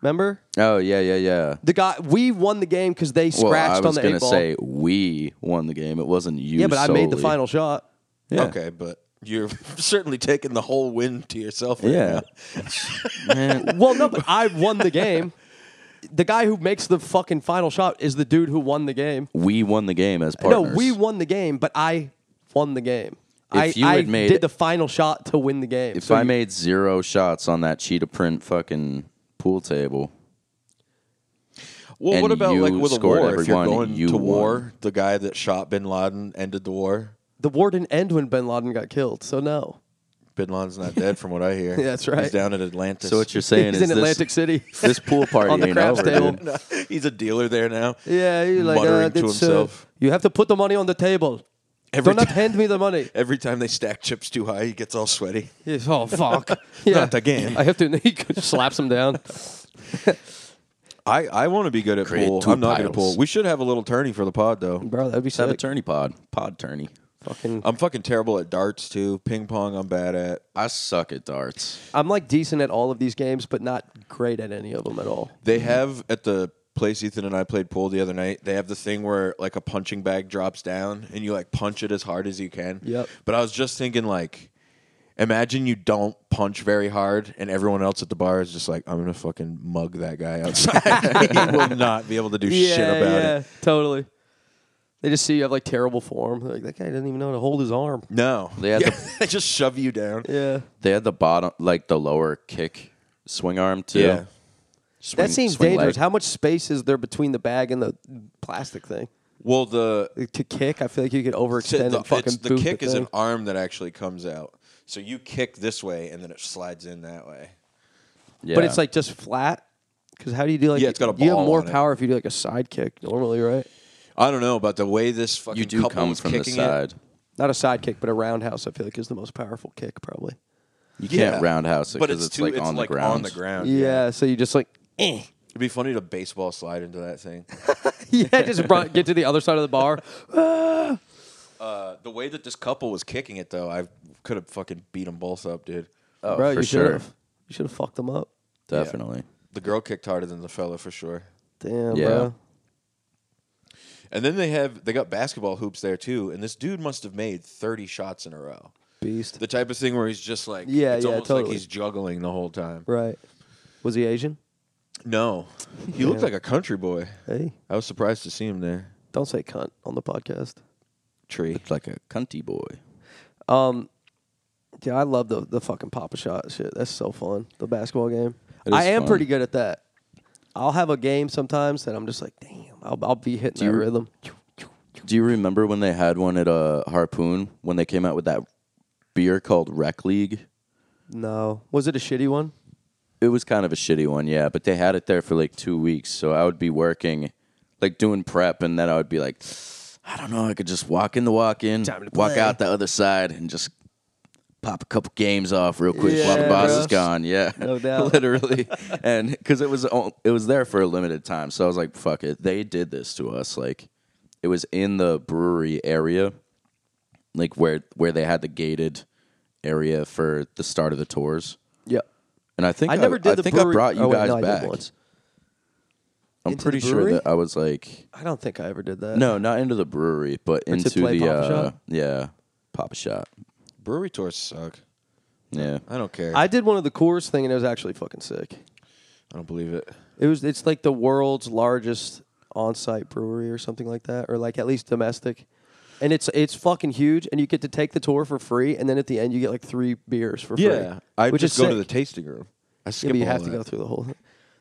Speaker 1: Remember
Speaker 2: Oh yeah, yeah, yeah.
Speaker 1: the guy? We won the game because they
Speaker 2: Well, I
Speaker 1: scratched
Speaker 2: was
Speaker 1: on the
Speaker 2: gonna
Speaker 1: eight ball.
Speaker 2: say we won the game. It wasn't you.
Speaker 1: yeah, but I made the
Speaker 2: solely.
Speaker 1: final shot.
Speaker 2: Yeah.
Speaker 3: Okay, but you're certainly taking the whole win to yourself. Right
Speaker 2: Yeah.
Speaker 3: now.
Speaker 2: Man,
Speaker 1: Well, no, but I won the game. The guy who makes the fucking final shot is the dude who won the game.
Speaker 2: we won the game as partners.
Speaker 1: No, we won the game, but I won the game.
Speaker 2: If
Speaker 1: I,
Speaker 2: you
Speaker 1: I
Speaker 2: had made-
Speaker 1: did the final shot to win the game.
Speaker 2: If
Speaker 1: So
Speaker 2: I
Speaker 1: you-
Speaker 2: made zero shots on that cheetah print fucking pool table,
Speaker 3: Well,
Speaker 2: And
Speaker 3: what about
Speaker 2: you
Speaker 3: like with a
Speaker 2: scored
Speaker 3: war?
Speaker 2: every
Speaker 3: If you're
Speaker 2: one,
Speaker 3: going
Speaker 2: you
Speaker 3: to
Speaker 2: won.
Speaker 3: war, the guy that shot Bin Laden ended the war.
Speaker 1: the war didn't end when Bin Laden got killed, so no.
Speaker 3: Bin Laden's not dead, from what I hear.
Speaker 1: That's right.
Speaker 3: He's down in Atlantis.
Speaker 2: so what you're saying
Speaker 1: He's
Speaker 2: is
Speaker 1: in
Speaker 2: this,
Speaker 1: Atlantic City.
Speaker 2: this pool party
Speaker 1: On the
Speaker 2: ain't
Speaker 1: craps
Speaker 2: over,
Speaker 1: table.
Speaker 2: dude.
Speaker 3: He's a dealer there now.
Speaker 1: Yeah, he's like,
Speaker 3: muttering
Speaker 1: uh,
Speaker 3: to
Speaker 1: it's, uh,
Speaker 3: himself.
Speaker 1: you have to put the money on the table.
Speaker 3: Every
Speaker 1: Do not
Speaker 3: ti-
Speaker 1: hand me the money.
Speaker 3: Every time they stack chips too high, he gets all sweaty.
Speaker 1: Yes, oh fuck! Yeah.
Speaker 3: Not again.
Speaker 1: I have to. He slaps him down.
Speaker 3: I, I want to be good at
Speaker 2: Create
Speaker 3: pool.
Speaker 2: two
Speaker 3: I'm not good at
Speaker 2: piles.
Speaker 3: pool. We should have a little tourney for the pod though.
Speaker 1: Bro, that'd be
Speaker 2: Let's have a
Speaker 1: sick.
Speaker 2: tourney pod. Pod tourney.
Speaker 1: Fucking,
Speaker 3: I'm fucking terrible at darts too. Ping pong, I'm bad at.
Speaker 2: I suck at darts.
Speaker 1: I'm like decent at all of these games, but not great at any of them at all.
Speaker 3: They have at the place Ethan and I played pool the other night. They have the thing where like a punching bag drops down and you like punch it as hard as you can.
Speaker 1: Yep.
Speaker 3: But I was just thinking like, imagine you don't punch very hard and everyone else at the bar is just like, I'm gonna fucking mug that guy outside. he will not be able to do shit about it.
Speaker 1: Totally. They just see you have like terrible form. They're like that guy doesn't even know how to hold his arm.
Speaker 3: No,
Speaker 2: They had the-
Speaker 3: they just shove you down.
Speaker 1: Yeah.
Speaker 2: They had the bottom, like the lower kick swing arm too.
Speaker 3: Yeah.
Speaker 2: Swing-
Speaker 1: That seems
Speaker 2: swing
Speaker 1: dangerous.
Speaker 2: leg.
Speaker 1: How much space is there between the bag and the plastic thing?
Speaker 3: Well, the
Speaker 1: Like, to kick, I feel like you could overextend
Speaker 3: the,
Speaker 1: and fucking
Speaker 3: it's- the
Speaker 1: boot
Speaker 3: kick
Speaker 1: the
Speaker 3: is
Speaker 1: thing.
Speaker 3: an arm that actually comes out. So you kick this way and then it slides in that way.
Speaker 2: Yeah.
Speaker 1: But it's like just flat. Because how do you do like?
Speaker 3: Yeah, it's got a
Speaker 1: You have
Speaker 3: ball
Speaker 1: more
Speaker 3: on it.
Speaker 1: power if you do like a side kick normally, right?
Speaker 3: I don't know, but the way this fucking
Speaker 2: you do
Speaker 3: couple
Speaker 2: come
Speaker 3: was
Speaker 2: from the
Speaker 3: kicking it,
Speaker 2: side.
Speaker 1: Not a side kick, but a roundhouse. I feel like is the most powerful kick probably.
Speaker 2: You
Speaker 3: Yeah.
Speaker 2: can't roundhouse it
Speaker 3: but
Speaker 2: because
Speaker 3: it's,
Speaker 2: it's,
Speaker 3: too,
Speaker 2: like,
Speaker 3: it's
Speaker 2: on,
Speaker 3: like
Speaker 2: the ground.
Speaker 3: on the ground.
Speaker 1: Yeah. So you just like. eh.
Speaker 3: it'd be funny to baseball slide into that thing.
Speaker 1: yeah, just run, get to the other side of the bar.
Speaker 3: Uh, the way that this couple was kicking it, though, I could have fucking beat them both up, dude.
Speaker 2: Oh,
Speaker 1: Bro,
Speaker 2: for
Speaker 1: you
Speaker 2: sure,
Speaker 1: should've- You should have fucked them up.
Speaker 2: definitely.
Speaker 3: The girl kicked harder than the fella for sure.
Speaker 1: Damn,
Speaker 2: Yeah.
Speaker 1: bro.
Speaker 3: And then they have they got basketball hoops there too, and this dude must have made thirty shots in a row.
Speaker 1: Beast.
Speaker 3: The type of thing where he's just like,
Speaker 1: Yeah,
Speaker 3: it's
Speaker 1: yeah,
Speaker 3: almost
Speaker 1: totally.
Speaker 3: like he's juggling the whole time.
Speaker 1: Right. Was he Asian?
Speaker 3: No, he looked like a country boy.
Speaker 1: Hey,
Speaker 3: I was surprised to see him there.
Speaker 1: don't say cunt on the podcast.
Speaker 3: Tree.
Speaker 2: It's like a cunty boy.
Speaker 1: Um, yeah, I love the the fucking Papa Shot shit. That's so fun. The basketball game.
Speaker 2: It is
Speaker 1: I am
Speaker 2: fun.
Speaker 1: pretty good at that. I'll have a game sometimes that I'm just like, damn, I'll, I'll be hitting that
Speaker 2: you-
Speaker 1: rhythm.
Speaker 2: Do you remember when they had one at uh, Harpoon when they came out with that beer called Rec League?
Speaker 1: No, was it a shitty one?
Speaker 2: It was kind of a shitty one, yeah, but they had it there for like two weeks. So I would be working, like doing prep, and then I would be like, I don't know, I could just walk in the walk in,
Speaker 1: Time to
Speaker 2: walk
Speaker 1: play.
Speaker 2: out the other side, and just pop a couple games off real quick while
Speaker 1: Yeah,
Speaker 2: the boss
Speaker 1: bro.
Speaker 2: is gone. Yeah,
Speaker 1: No doubt.
Speaker 2: literally. And because it was on- it was there for a limited time, so I was like, "Fuck it." They did this to us. Like, it was in the brewery area, like where where they had the gated area for the start of the tours.
Speaker 1: Yep.
Speaker 2: And I think
Speaker 1: I never did
Speaker 2: I
Speaker 1: the
Speaker 2: think
Speaker 1: brewery.
Speaker 2: I brought you
Speaker 1: oh, wait,
Speaker 2: guys
Speaker 1: no, I did
Speaker 2: back.
Speaker 1: once.
Speaker 2: I'm
Speaker 1: Into the
Speaker 2: pretty sure
Speaker 1: brewery?
Speaker 2: that I was like,
Speaker 1: I don't think I ever did that.
Speaker 2: no, not into the brewery, but
Speaker 1: to
Speaker 2: into
Speaker 1: play
Speaker 2: the
Speaker 1: Papa
Speaker 2: uh,
Speaker 1: Shot?
Speaker 2: yeah, Papa Shot.
Speaker 3: Brewery tours suck.
Speaker 2: Yeah,
Speaker 3: I don't care.
Speaker 1: I did one of the Coors thing, and it was actually fucking sick.
Speaker 3: I don't believe it.
Speaker 1: It was. It's like the world's largest on-site brewery or something like that, or like at least domestic. And it's it's fucking huge, and you get to take the tour for free, and then at the end you get like three beers for free.
Speaker 3: I
Speaker 1: which
Speaker 3: just
Speaker 1: is
Speaker 3: go
Speaker 1: sick.
Speaker 3: to the tasting room. I
Speaker 1: Yeah,
Speaker 3: skip
Speaker 1: but you
Speaker 3: all
Speaker 1: have to
Speaker 3: that.
Speaker 1: go through the whole. thing.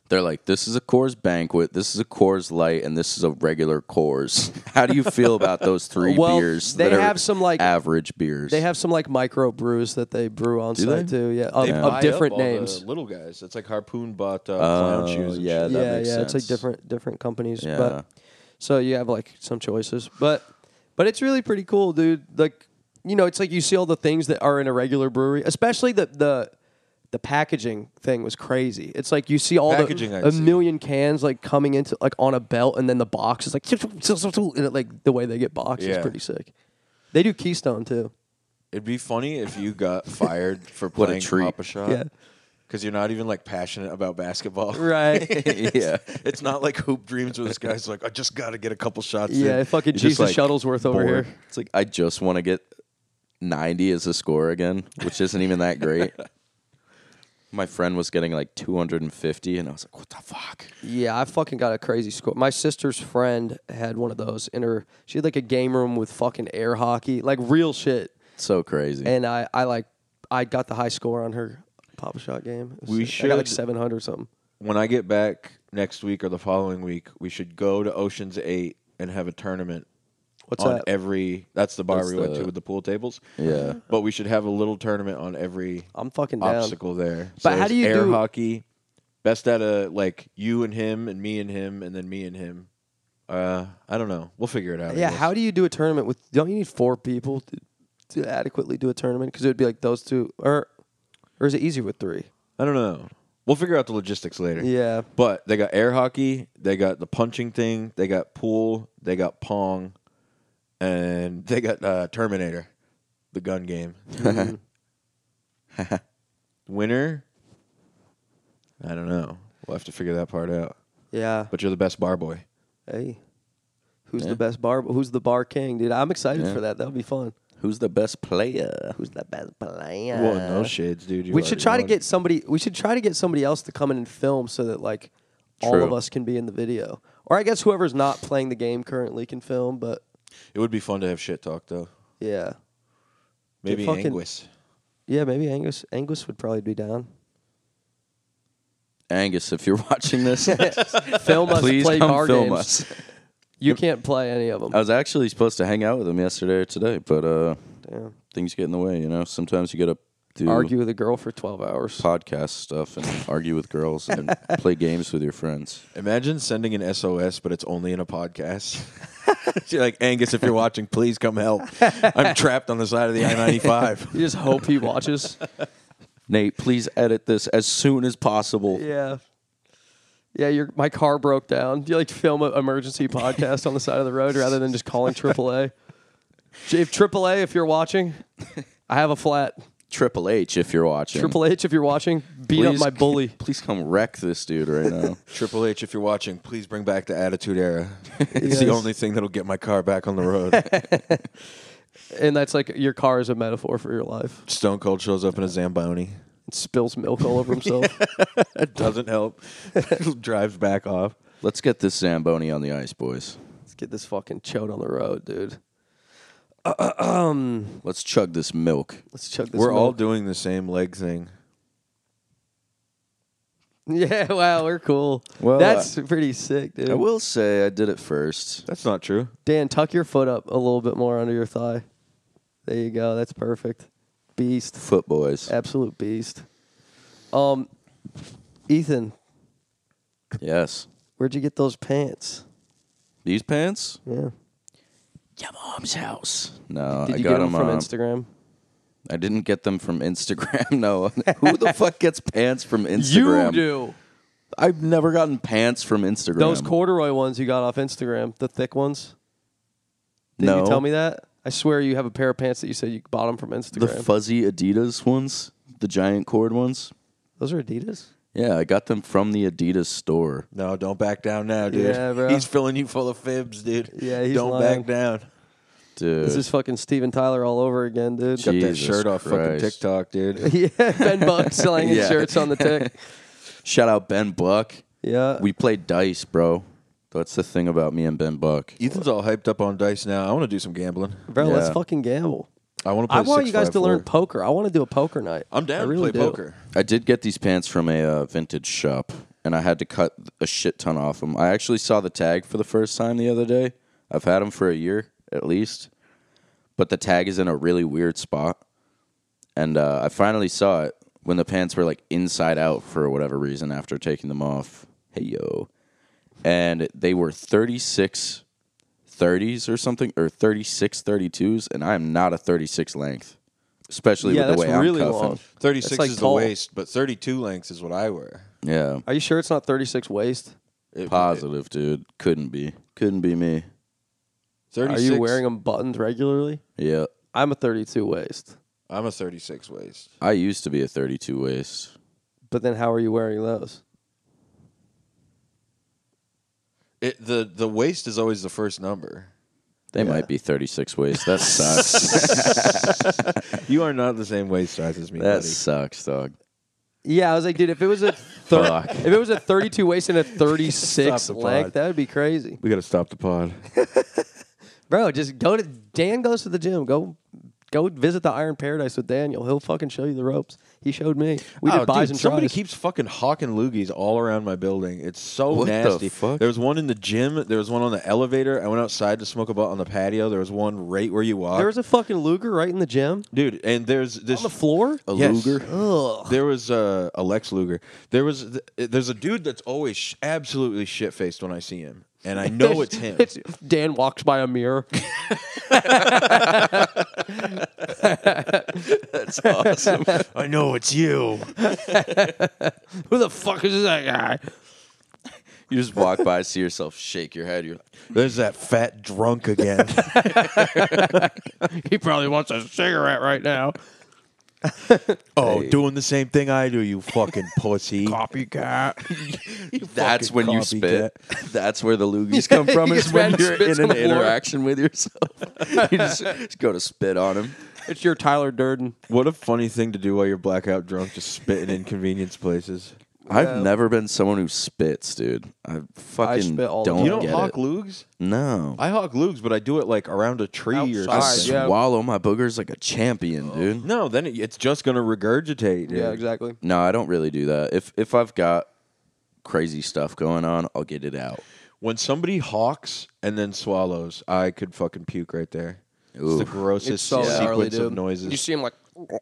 Speaker 2: they're like, this is a Coors Banquet, this is a Coors Light, and this is a regular Coors. How do you feel about those three
Speaker 1: Well,
Speaker 2: beers?
Speaker 1: they
Speaker 2: that are
Speaker 1: have some, like-
Speaker 2: average beers.
Speaker 1: They have some like micro brews that they brew on
Speaker 2: they?
Speaker 1: site too. Yeah, of,
Speaker 3: They
Speaker 1: of
Speaker 3: buy up
Speaker 1: different
Speaker 3: all the
Speaker 1: names.
Speaker 3: uh, little guys. It's like Harpoon bought uh, clown shoes. and
Speaker 2: yeah,
Speaker 3: shit.
Speaker 2: that
Speaker 1: yeah,
Speaker 2: makes
Speaker 1: yeah, it's like
Speaker 2: sense.
Speaker 1: different different companies.
Speaker 2: Yeah.
Speaker 1: But so you have like some choices, but but it's really pretty cool, dude. Like you know, it's like you see all the things that are in a regular brewery, especially the the the packaging thing was crazy. It's like you see all
Speaker 3: Packaging, I
Speaker 1: the a
Speaker 3: see.
Speaker 1: million cans like coming into like on a belt, and then the box is like and it, like the way they get boxed is
Speaker 3: Yeah.
Speaker 1: pretty sick. They do Keystone too.
Speaker 3: It'd be funny if you got fired for
Speaker 2: What a
Speaker 3: playing
Speaker 2: treat.
Speaker 3: Papa Shot.
Speaker 1: Yeah.
Speaker 3: Because you're not even like passionate about basketball.
Speaker 1: Right.
Speaker 2: yeah,
Speaker 3: It's not like hoop dreams where this guy's like, I just got to get a couple shots. in.
Speaker 1: yeah, fucking
Speaker 2: You're just,
Speaker 1: Jesus
Speaker 2: like,
Speaker 1: Shuttlesworth over
Speaker 2: bored.
Speaker 1: here.
Speaker 2: It's like I just want to get ninety as a score again, which isn't even that great. My friend was getting like 250, and I was like, "What the fuck?"
Speaker 1: Yeah, I fucking got a crazy score. My sister's friend had one of those in her. She had like a game room with fucking air hockey, like real shit.
Speaker 2: So crazy.
Speaker 1: And I, I like, I got the high score on her pop shot game. It was
Speaker 3: We
Speaker 1: sick. I got like
Speaker 3: should-
Speaker 1: seven hundred something.
Speaker 3: When I get back next week or the following week, we should go to Ocean's Eight and have a tournament.
Speaker 1: What's
Speaker 3: on
Speaker 1: that?
Speaker 3: every that's the bar
Speaker 2: That's
Speaker 3: we went
Speaker 2: the-
Speaker 3: to with the pool tables.
Speaker 2: Yeah.
Speaker 3: But we should have a little tournament on every
Speaker 1: I'm fucking down.
Speaker 3: obstacle there.
Speaker 1: But how
Speaker 3: there's
Speaker 1: do you
Speaker 3: air
Speaker 1: do-
Speaker 3: hockey? Best out of like you and him and me and him and then me and him. Uh, I don't know. We'll figure it out.
Speaker 1: Yeah, how do you do a tournament with? Don't you need four people to, to adequately do a tournament? Because it would be like those two, or or is it easier with three?
Speaker 3: I don't know. We'll figure out the logistics later.
Speaker 1: Yeah.
Speaker 3: But they got air hockey, they got the punching thing, they got pool, they got pong, and they got uh, Terminator, the gun game.
Speaker 1: Mm-hmm.
Speaker 3: Winner? I don't know. We'll have to figure that part out.
Speaker 1: Yeah.
Speaker 3: But you're the best bar boy.
Speaker 1: hey, who's the best bar? Who's the bar king, dude? I'm excited for that. That'll be fun.
Speaker 2: Who's the best player?
Speaker 1: Who's the best player?
Speaker 3: well, no shades, dude. You
Speaker 1: we should
Speaker 3: already
Speaker 1: try to
Speaker 3: won.
Speaker 1: get somebody. We should try to get somebody else to come in and film so that like all
Speaker 2: True.
Speaker 1: of us can be in the video. Or I guess whoever's not playing the game currently can film. But
Speaker 3: It would be fun to have shit talk though.
Speaker 1: yeah,
Speaker 3: Maybe
Speaker 1: fucking-
Speaker 3: Anguis.
Speaker 1: yeah, maybe Angus Angus would probably be down.
Speaker 2: Angus, if you're watching this,
Speaker 1: Film us
Speaker 2: please
Speaker 1: play
Speaker 2: come
Speaker 1: bar
Speaker 2: film
Speaker 1: games.
Speaker 2: us. Uh,
Speaker 1: You can't play any of them.
Speaker 2: I was actually supposed to hang out with him yesterday or today, but uh,
Speaker 1: Damn.
Speaker 2: things get in the way. You know, sometimes you gotta do
Speaker 1: Argue with a girl for twelve hours.
Speaker 2: podcast stuff and argue with girls and play games with your friends.
Speaker 3: Imagine sending an SOS, but it's only in a podcast. you're like Angus, if you're watching, please come help. I'm trapped on the side of the I-95.
Speaker 1: You just hope he watches.
Speaker 2: Nate, please edit this as soon as possible.
Speaker 1: yeah. Yeah, your my car broke down. Do you like to film an emergency podcast on the side of the road rather than just calling AAA? If AAA, if you're watching, I have a flat.
Speaker 2: Triple H, if you're watching.
Speaker 1: Triple H, if you're watching, beat up
Speaker 2: Please-
Speaker 1: my bully.
Speaker 2: Please come wreck this dude right now.
Speaker 3: Triple H, if you're watching, please bring back the Attitude Era. It's
Speaker 1: Yes.
Speaker 3: the only thing that'll get my car back on the road.
Speaker 1: And that's like your car is a metaphor for your life.
Speaker 3: Stone Cold shows up in a Zamboni.
Speaker 1: It spills milk all over himself.
Speaker 3: That doesn't help. Drives back off.
Speaker 2: Let's get this Zamboni on the ice, boys.
Speaker 1: Let's get this fucking chode on the road, dude.
Speaker 2: Let's chug this milk.
Speaker 1: Um, Let's chug this.
Speaker 3: We're all
Speaker 1: milk.
Speaker 3: doing the same leg thing.
Speaker 1: yeah. Wow, we're cool.
Speaker 2: Well,
Speaker 1: that's pretty sick, dude.
Speaker 2: I will say I did it first.
Speaker 3: That's not true.
Speaker 1: Dan, tuck your foot up a little bit more under your thigh. There you go. That's perfect. Beast.
Speaker 2: Foot boys.
Speaker 1: Absolute beast. Um, Ethan,
Speaker 2: Yes.
Speaker 1: where'd you get those pants?
Speaker 2: These pants?
Speaker 1: Yeah.
Speaker 2: Your mom's house. No,
Speaker 1: Did
Speaker 2: I
Speaker 1: you
Speaker 2: got
Speaker 1: get them
Speaker 2: them
Speaker 1: from
Speaker 2: um,
Speaker 1: Instagram?
Speaker 2: I didn't get them from Instagram. No, who the fuck gets pants from Instagram?
Speaker 1: You do.
Speaker 2: I've never gotten pants from Instagram.
Speaker 1: Those corduroy ones you got off Instagram, the thick ones. Did
Speaker 2: no,
Speaker 1: you tell me that? I swear you have a pair of pants that you said you bought them from
Speaker 2: the
Speaker 1: Instagram.
Speaker 2: fuzzy Adidas ones, the giant cord ones.
Speaker 1: Those are Adidas.
Speaker 2: Yeah, I got them from the Adidas store.
Speaker 3: No, don't back down now, dude.
Speaker 1: Yeah, bro.
Speaker 3: He's filling you full of fibs, dude.
Speaker 1: Yeah, he's
Speaker 3: don't
Speaker 1: lying.
Speaker 3: back down.
Speaker 2: Dude,
Speaker 1: This is fucking Steven Tyler all over again, dude.
Speaker 2: Gee.
Speaker 3: Got that
Speaker 2: Jesus
Speaker 3: shirt off fucking
Speaker 2: Christ.
Speaker 3: TikTok, dude.
Speaker 1: yeah, Ben Buck selling his
Speaker 2: Yeah.
Speaker 1: shirts on the tick.
Speaker 2: shout out Ben Buck.
Speaker 1: Yeah,
Speaker 2: We played dice, bro. That's the thing about me and Ben Buck.
Speaker 3: Ethan's all hyped up on dice now. I want to do some gambling.
Speaker 1: bro, let's
Speaker 2: yeah.
Speaker 1: fucking gamble.
Speaker 3: I want to play.
Speaker 1: I want
Speaker 3: six,
Speaker 1: you guys
Speaker 3: five,
Speaker 1: to learn
Speaker 3: four.
Speaker 1: poker. I want to do a poker night.
Speaker 3: I'm down
Speaker 1: I
Speaker 3: to
Speaker 1: really
Speaker 3: play
Speaker 1: do.
Speaker 3: poker.
Speaker 2: I did get these pants from a uh, vintage shop, and I had to cut a shit ton off them. I actually saw the tag for the first time the other day. I've had them for a year at least, but the tag is in a really weird spot, and uh, I finally saw it when the pants were like inside out for whatever reason after taking them off. Hey yo, and they were 36 30s or something or 36 32s, and I am not a 36 length, especially
Speaker 1: Yeah,
Speaker 2: with the
Speaker 1: that's
Speaker 2: way
Speaker 1: really
Speaker 2: I'm cuffing.
Speaker 1: long.
Speaker 3: 36
Speaker 1: That's, like,
Speaker 3: is
Speaker 1: tall.
Speaker 3: the waist, but 32 lengths is what I wear.
Speaker 2: Yeah.
Speaker 1: Are you sure it's not 36 waist?
Speaker 2: Positive, dude. Couldn't be. Couldn't be me.
Speaker 3: 36.
Speaker 1: Are you wearing them buttoned regularly?
Speaker 2: Yeah.
Speaker 1: I'm a 32 waist,
Speaker 3: I'm a 36 waist.
Speaker 2: I used to be a 32 waist.
Speaker 1: but then how are you wearing those?
Speaker 3: It, the the waist is always the first number.
Speaker 2: They might be 36 waist. That sucks.
Speaker 3: You are not the same waist size as me,
Speaker 2: that sucks, dog.
Speaker 1: Yeah, I was like, dude, if it was a thir-
Speaker 2: Fuck.
Speaker 1: if it was a 32 waist and a 36
Speaker 3: Stop the
Speaker 1: length,
Speaker 3: pod.
Speaker 1: that would be crazy,
Speaker 3: We got to stop the pod.
Speaker 1: bro. Just go to Dan goes to the gym. Go go visit the Iron Paradise with Daniel. He'll fucking show you the ropes. He showed me. We did
Speaker 3: Oh,
Speaker 1: buys
Speaker 3: dude,
Speaker 1: and
Speaker 3: somebody
Speaker 1: tries.
Speaker 3: keeps fucking hawking loogies all around my building. It's so
Speaker 2: What the
Speaker 3: nasty.
Speaker 2: fuck?
Speaker 3: There was one in the gym. There was one on the elevator. I went outside to smoke a butt on the patio. There was one right where you walk,
Speaker 1: there was a fucking Luger right in the gym
Speaker 3: dude. And there's
Speaker 1: on
Speaker 3: this
Speaker 1: the floor.
Speaker 2: A
Speaker 3: Yes.
Speaker 2: Luger?
Speaker 1: Ugh.
Speaker 3: There was uh, a Lex Luger. There was th- there's a dude that's always sh- absolutely shit faced when I see him, and I know it's him.
Speaker 1: It's- Dan walks by a mirror.
Speaker 3: I know it's you.
Speaker 1: Who the fuck is that guy?
Speaker 2: You just walk by, see yourself, shake your head. You're like,
Speaker 3: There's that fat drunk again.
Speaker 1: He probably wants a cigarette right now.
Speaker 3: oh, doing the same thing I do, you fucking pussy.
Speaker 1: Copycat.
Speaker 2: that's
Speaker 3: fucking
Speaker 2: when you
Speaker 3: copycat.
Speaker 2: spit. That's where the loogies come from,
Speaker 1: he
Speaker 2: is
Speaker 1: just
Speaker 2: when
Speaker 1: ran
Speaker 2: you're
Speaker 1: spits
Speaker 2: in
Speaker 1: on
Speaker 2: an
Speaker 1: the floor.
Speaker 2: interaction with yourself. you just, just go to spit on him.
Speaker 1: It's your Tyler Durden.
Speaker 3: What a funny thing to do while you're blackout drunk, just spitting inconvenience places.
Speaker 2: I've never been someone who spits, dude. I fucking
Speaker 1: spit all the
Speaker 2: don't
Speaker 1: time.
Speaker 3: You don't
Speaker 2: get
Speaker 3: hawk
Speaker 2: it.
Speaker 3: lugs?
Speaker 2: no. I,
Speaker 3: I hawk lugs, but I do it like around a tree or
Speaker 1: Outside,
Speaker 3: something.
Speaker 1: yeah.
Speaker 2: swallow my boogers like a champion, dude.
Speaker 3: No, then it, it's just gonna regurgitate. dude.
Speaker 1: Yeah, exactly.
Speaker 2: No, I don't really do that. If if I've got crazy stuff going on, I'll get it out.
Speaker 3: When somebody hawks and then swallows, I could fucking puke right there. It's the
Speaker 2: Ooh.
Speaker 3: grossest
Speaker 1: It's so gnarly,
Speaker 3: sequence
Speaker 1: dude.
Speaker 3: of noises.
Speaker 1: You see him like.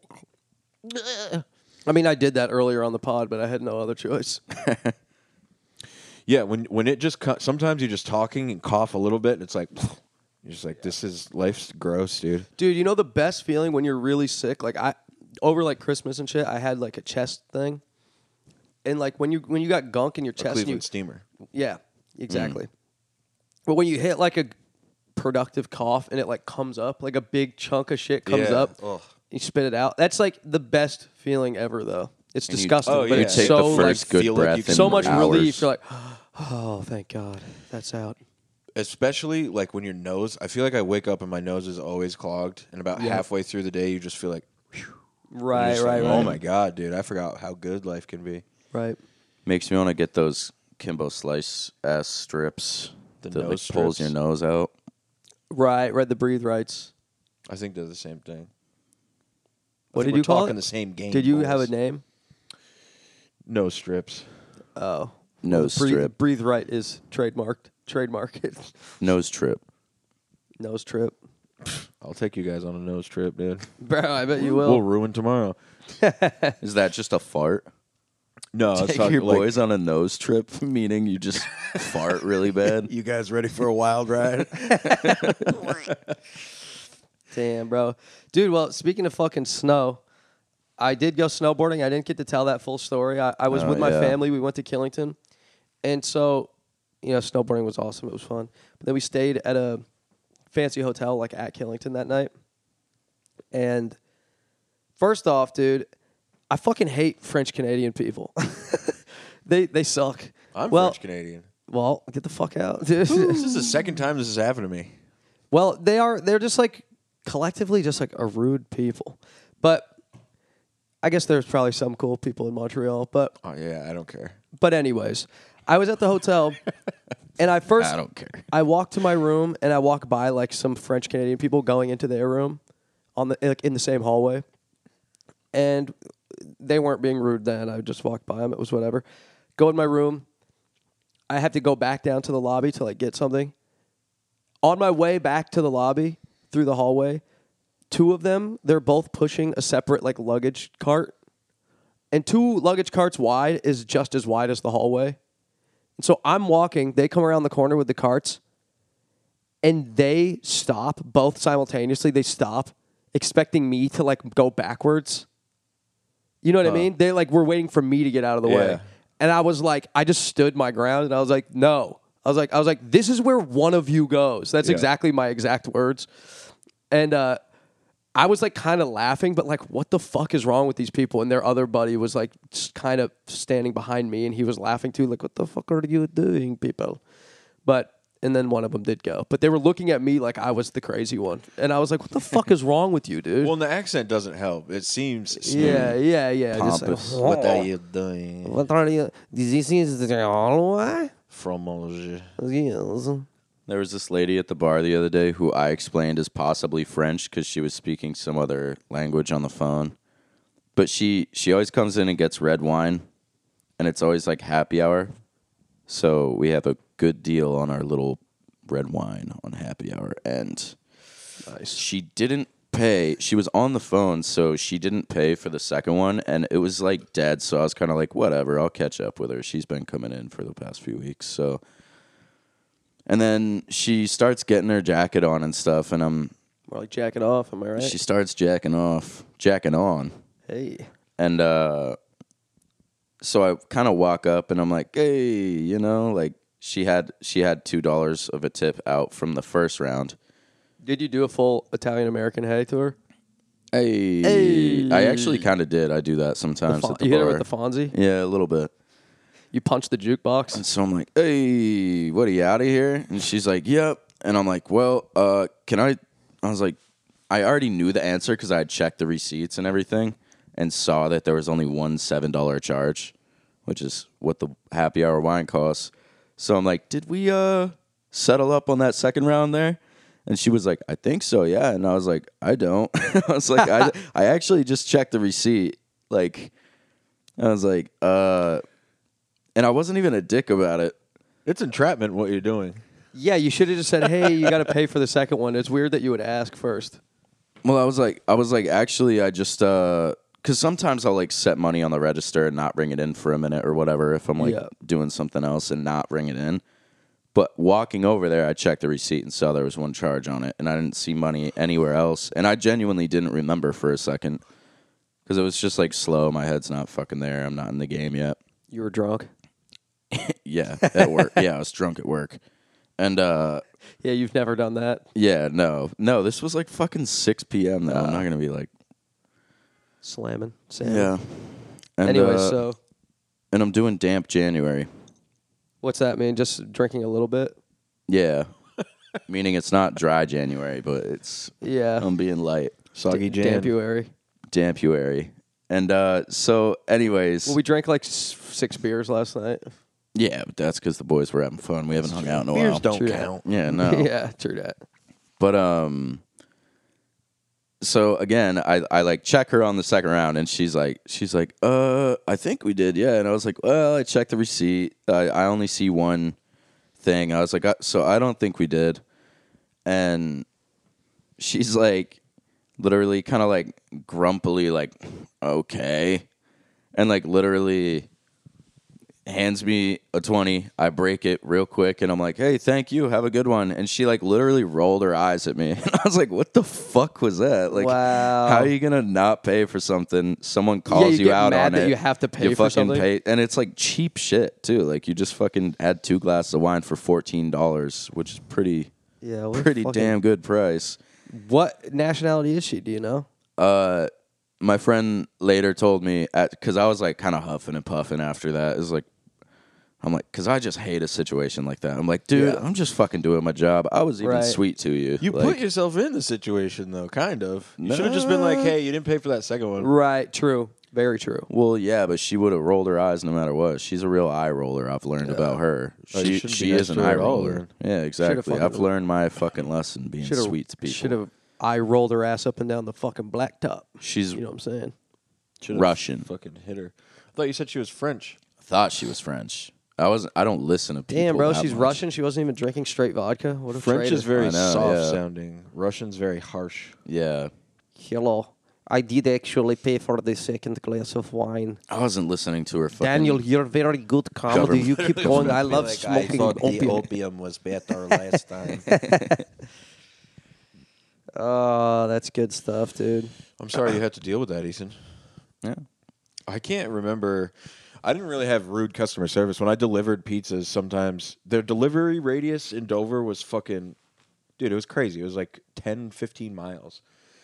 Speaker 1: I mean, I did that earlier on the pod, but I had no other choice.
Speaker 3: yeah, when when it just co- sometimes you're just talking and cough a little bit, and it's like you're just like this is life's gross, dude.
Speaker 1: Dude, you know the best feeling when you're really sick? Like I over like Christmas and shit, I had like a chest thing. And like when you when you got gunk in your chest, and
Speaker 3: Cleveland Mm.
Speaker 1: you,
Speaker 3: steamer.
Speaker 1: Yeah, exactly. But when you hit like a productive cough and it like comes up, like a big chunk of shit comes
Speaker 3: Yeah. Oh,
Speaker 1: up,
Speaker 3: Ugh.
Speaker 1: you spit it out. That's like the best feeling ever, though. It's
Speaker 2: And you-
Speaker 1: disgusting,
Speaker 3: Oh,
Speaker 1: but
Speaker 3: yeah.
Speaker 2: You
Speaker 1: it's
Speaker 2: take
Speaker 1: so
Speaker 2: the first
Speaker 1: like
Speaker 2: good
Speaker 3: feel like
Speaker 2: breath,
Speaker 3: you can-
Speaker 2: in
Speaker 1: so much
Speaker 2: hours.
Speaker 1: relief. You're like, oh, thank God, that's out.
Speaker 3: Especially like when your nose. I feel like I wake up and my nose is always clogged, and about
Speaker 1: Yeah.
Speaker 3: halfway through the day, you just feel like,
Speaker 1: Right,
Speaker 3: just
Speaker 1: right,
Speaker 3: like,
Speaker 1: right,
Speaker 3: oh my god, dude, I forgot how good life can be.
Speaker 1: right.
Speaker 2: Makes me want to get those Kimbo Slice ass strips
Speaker 3: The
Speaker 2: that
Speaker 3: nose
Speaker 2: like pulls your
Speaker 3: strips?
Speaker 2: nose out.
Speaker 1: Right, right. The breathe rights.
Speaker 3: I think they're the same thing. I
Speaker 1: What
Speaker 3: think
Speaker 1: did
Speaker 3: we're
Speaker 1: you call
Speaker 3: talking
Speaker 1: it?
Speaker 3: The same game.
Speaker 1: did you have a
Speaker 3: boys.
Speaker 1: name?
Speaker 3: No strips.
Speaker 1: Oh,
Speaker 2: Nose
Speaker 1: breathe,
Speaker 2: strip.
Speaker 1: Breathe right is trademarked. Trademark it.
Speaker 2: Nose trip.
Speaker 1: Nose trip,
Speaker 3: I'll take you guys on a nose trip, dude.
Speaker 1: bro. I bet you
Speaker 3: We'll
Speaker 1: will.
Speaker 3: ruin tomorrow.
Speaker 2: Is that just a fart?
Speaker 3: No, I was
Speaker 2: Take
Speaker 3: talking,
Speaker 2: your
Speaker 3: like,
Speaker 2: boys on a nose trip, meaning you just fart really bad.
Speaker 3: You guys ready for a wild ride?
Speaker 1: Damn, bro. Dude, well, speaking of fucking snow, I did go snowboarding. I didn't get to tell that full story. I, I was
Speaker 2: Oh,
Speaker 1: with my
Speaker 2: yeah.
Speaker 1: family. We went to Killington. And so, you know, snowboarding was awesome. It was fun. But then we stayed at a fancy hotel, like at Killington that night. And first off, dude, I fucking hate French Canadian people. they they suck.
Speaker 3: I'm
Speaker 1: well,
Speaker 3: French Canadian.
Speaker 1: Well, get the fuck out, dude.
Speaker 3: This is the second time this has happened to me.
Speaker 1: Well, they are. They're just like collectively just like a rude people, but I guess there's probably some cool people in Montreal. But
Speaker 3: Oh yeah, I don't care.
Speaker 1: but anyways, I was at the hotel, and I first
Speaker 2: I don't care.
Speaker 1: I walk to my room and I walk by like some French Canadian people going into their room on the like in the same hallway, and they weren't being rude then. I just walked by them. It was whatever. Go in my room. I have to go back down to the lobby to like get something. On my way back to the lobby through the hallway, two of them they're both pushing a separate like luggage cart, and two luggage carts wide is just as wide as the hallway. And so I'm walking. They come around the corner with the carts, and they stop both simultaneously. They stop, expecting me to like go backwards. You know what I mean? They like were waiting for me to get out of the way,
Speaker 3: Yeah.
Speaker 1: and I was like, I just stood my ground, and I was like, no. I was like, I was like, this is where one of you goes. That's
Speaker 2: Yeah.
Speaker 1: exactly my exact words, and uh, I was like kind of laughing, but like, what the fuck is wrong with these people? And their other buddy was like kind of standing behind me and he was laughing too, like, what the fuck are you doing, people? But, and then one of them did go. But they were looking at me like I was the crazy one. And I was like, what the fuck is wrong with you, dude?
Speaker 3: Well, and the accent doesn't help. It seems.
Speaker 1: yeah, yeah, yeah. Just like,
Speaker 2: Pompous.
Speaker 3: What are you doing?
Speaker 4: What are you? This is the hallway?
Speaker 3: Fromage.
Speaker 4: Yes.
Speaker 2: There was this lady at the bar the other day who I explained as possibly French because she was speaking some other language on the phone. But she she always comes in and gets red wine, and it's always like happy hour. So we have a good deal on our little red wine on happy hour, and she didn't pay. She was on the phone, so she didn't pay for the second one, and it was like dead. So I was kind of like, whatever, I'll catch up with her. She's been coming in for the past few weeks, so. And then she starts getting her jacket on and stuff, and I'm
Speaker 1: we're like jacking off, am I right?
Speaker 2: she starts jacking off, jacking on,
Speaker 1: hey.
Speaker 2: and uh, so I kind of walk up and I'm like, hey, you know, like she had she had two dollars of a tip out from the first round.
Speaker 1: Did you do a full Italian American hey tour?
Speaker 2: Hey, I actually kind of did. I do that sometimes
Speaker 1: Fon-
Speaker 2: at the
Speaker 1: you hit her
Speaker 2: bar.
Speaker 1: with the Fonzie?
Speaker 2: yeah, a little bit.
Speaker 1: You punched the jukebox?
Speaker 2: And so I'm like, hey, what are you out of here? And she's like, yep. And I'm like, well, uh, can I? I was like, I already knew the answer because I had checked the receipts and everything and saw that there was only one $7 charge, which is what the happy hour wine costs. So I'm like, did we uh, settle up on that second round there? And she was like, I think so, yeah. And I was like, I don't. I was like, I, I actually just checked the receipt. Like, I was like, uh, and I wasn't even a dick about it.
Speaker 3: It's entrapment what you're doing.
Speaker 1: Yeah, you should have just said, hey, you got to pay for the second one. It's weird that you would ask first.
Speaker 2: Well, I was like, I was like, actually, I just, uh, cause sometimes I'll like set money on the register and not bring it in for a minute or whatever if I'm like
Speaker 1: Yeah.
Speaker 2: doing something else and not bring it in. But walking over there, I checked the receipt and saw there was one charge on it, and I didn't see money anywhere else. And I genuinely didn't remember for a second because it was just like slow. My head's not fucking there. I'm not in the game yet.
Speaker 1: You were drunk.
Speaker 2: Yeah, at work. yeah, I was drunk at work, and uh,
Speaker 1: Yeah, you've never done that.
Speaker 2: Yeah, no, no. This was like fucking six p.m. Though I'm not gonna be like,
Speaker 1: Slamming. Salmon.
Speaker 2: yeah. And,
Speaker 1: Anyway,
Speaker 2: uh,
Speaker 1: so
Speaker 2: and I'm doing damp January.
Speaker 1: what's that mean? Just drinking a little bit.
Speaker 2: Yeah, meaning it's not dry January, but it's
Speaker 1: Yeah.
Speaker 2: I'm being light
Speaker 3: Soggy Jan.
Speaker 1: Dampuary.
Speaker 2: dampuary. And uh, so, anyways,
Speaker 1: Well, we drank like s- six beers last night.
Speaker 2: yeah, but that's because the boys were having fun. We haven't hung out in a
Speaker 3: Beers
Speaker 2: while.
Speaker 3: don't
Speaker 1: True that.
Speaker 3: count.
Speaker 2: Yeah, no.
Speaker 1: yeah, true that.
Speaker 2: But um so again, I, I like check her on the second round and she's like she's like, uh, I think we did, yeah. And I was like, Well, I checked the receipt. I, I only see one thing. I was like, I, so I don't think we did. And she's like literally kind of like grumpily like, okay. And like literally hands me a 20. I break it real quick and I'm like, hey, thank you. Have a good one. And she like literally rolled her eyes at me. And I was like, what the fuck was that? Like,
Speaker 1: Wow.
Speaker 2: how are you going to not pay for something? Someone calls
Speaker 1: you
Speaker 2: you,
Speaker 1: get
Speaker 2: out
Speaker 1: mad
Speaker 2: on
Speaker 1: that
Speaker 2: it.
Speaker 1: you have to pay
Speaker 2: you
Speaker 1: for
Speaker 2: fucking
Speaker 1: something.
Speaker 2: Pay, and it's like cheap shit too. Like you just fucking had two glasses of wine for $14, which is pretty,
Speaker 1: Yeah, what a
Speaker 2: pretty
Speaker 1: fucking-
Speaker 2: damn good price.
Speaker 1: What nationality is she? Do you know?
Speaker 2: uh, my friend later told me at because I was like kind of huffing and puffing after that. Is like, I'm like, because I just hate a situation like that. I'm like, dude, I'm just fucking doing my job. I was even
Speaker 1: Right.
Speaker 2: sweet to you.
Speaker 3: You
Speaker 2: like,
Speaker 3: put yourself in the situation though, kind of. You should have just been like, "Hey, you didn't pay for that second one."
Speaker 1: Right. True. Very true.
Speaker 2: Well, yeah, but she would have rolled her eyes no matter what. She's a real eye roller. I've learned about her.
Speaker 3: Oh, you
Speaker 2: She
Speaker 3: shouldn't
Speaker 2: she
Speaker 3: be nice
Speaker 2: is an
Speaker 3: to her
Speaker 2: eye
Speaker 3: at all,
Speaker 2: roller.
Speaker 3: then.
Speaker 2: Yeah, exactly.
Speaker 1: fucking-
Speaker 2: I've learned my fucking lesson being
Speaker 1: Should have
Speaker 2: sweet to people.
Speaker 1: Should have. I rolled her ass up and down the fucking blacktop.
Speaker 2: She's
Speaker 1: You know what I'm saying?
Speaker 3: Should've
Speaker 2: Russian.
Speaker 3: Fucking hit her. I thought you said she was French.
Speaker 2: thought she was French. I wasn't. I don't listen to people.
Speaker 1: Damn, bro,
Speaker 2: that
Speaker 1: she's
Speaker 2: much.
Speaker 1: Russian. She wasn't even drinking straight vodka. What a
Speaker 3: French
Speaker 1: traitor.
Speaker 3: is very
Speaker 2: I know,
Speaker 3: soft
Speaker 2: yeah.
Speaker 3: sounding. Russian's very harsh.
Speaker 2: Yeah,
Speaker 4: Hello. I did actually pay for the second glass of wine.
Speaker 2: I wasn't listening to her. Fucking
Speaker 4: Daniel, you're very good comedy.
Speaker 2: Government-
Speaker 4: You keep going. I love smoking opium.
Speaker 3: opium was better last time.
Speaker 1: Oh, that's good stuff, dude.
Speaker 3: I'm sorry you had to deal with that, Ethan.
Speaker 2: Yeah.
Speaker 3: I can't remember. I didn't really have rude customer service when I delivered pizzas. Sometimes their delivery radius in Dover was fucking, dude, it was crazy. It was like 10, 15 miles.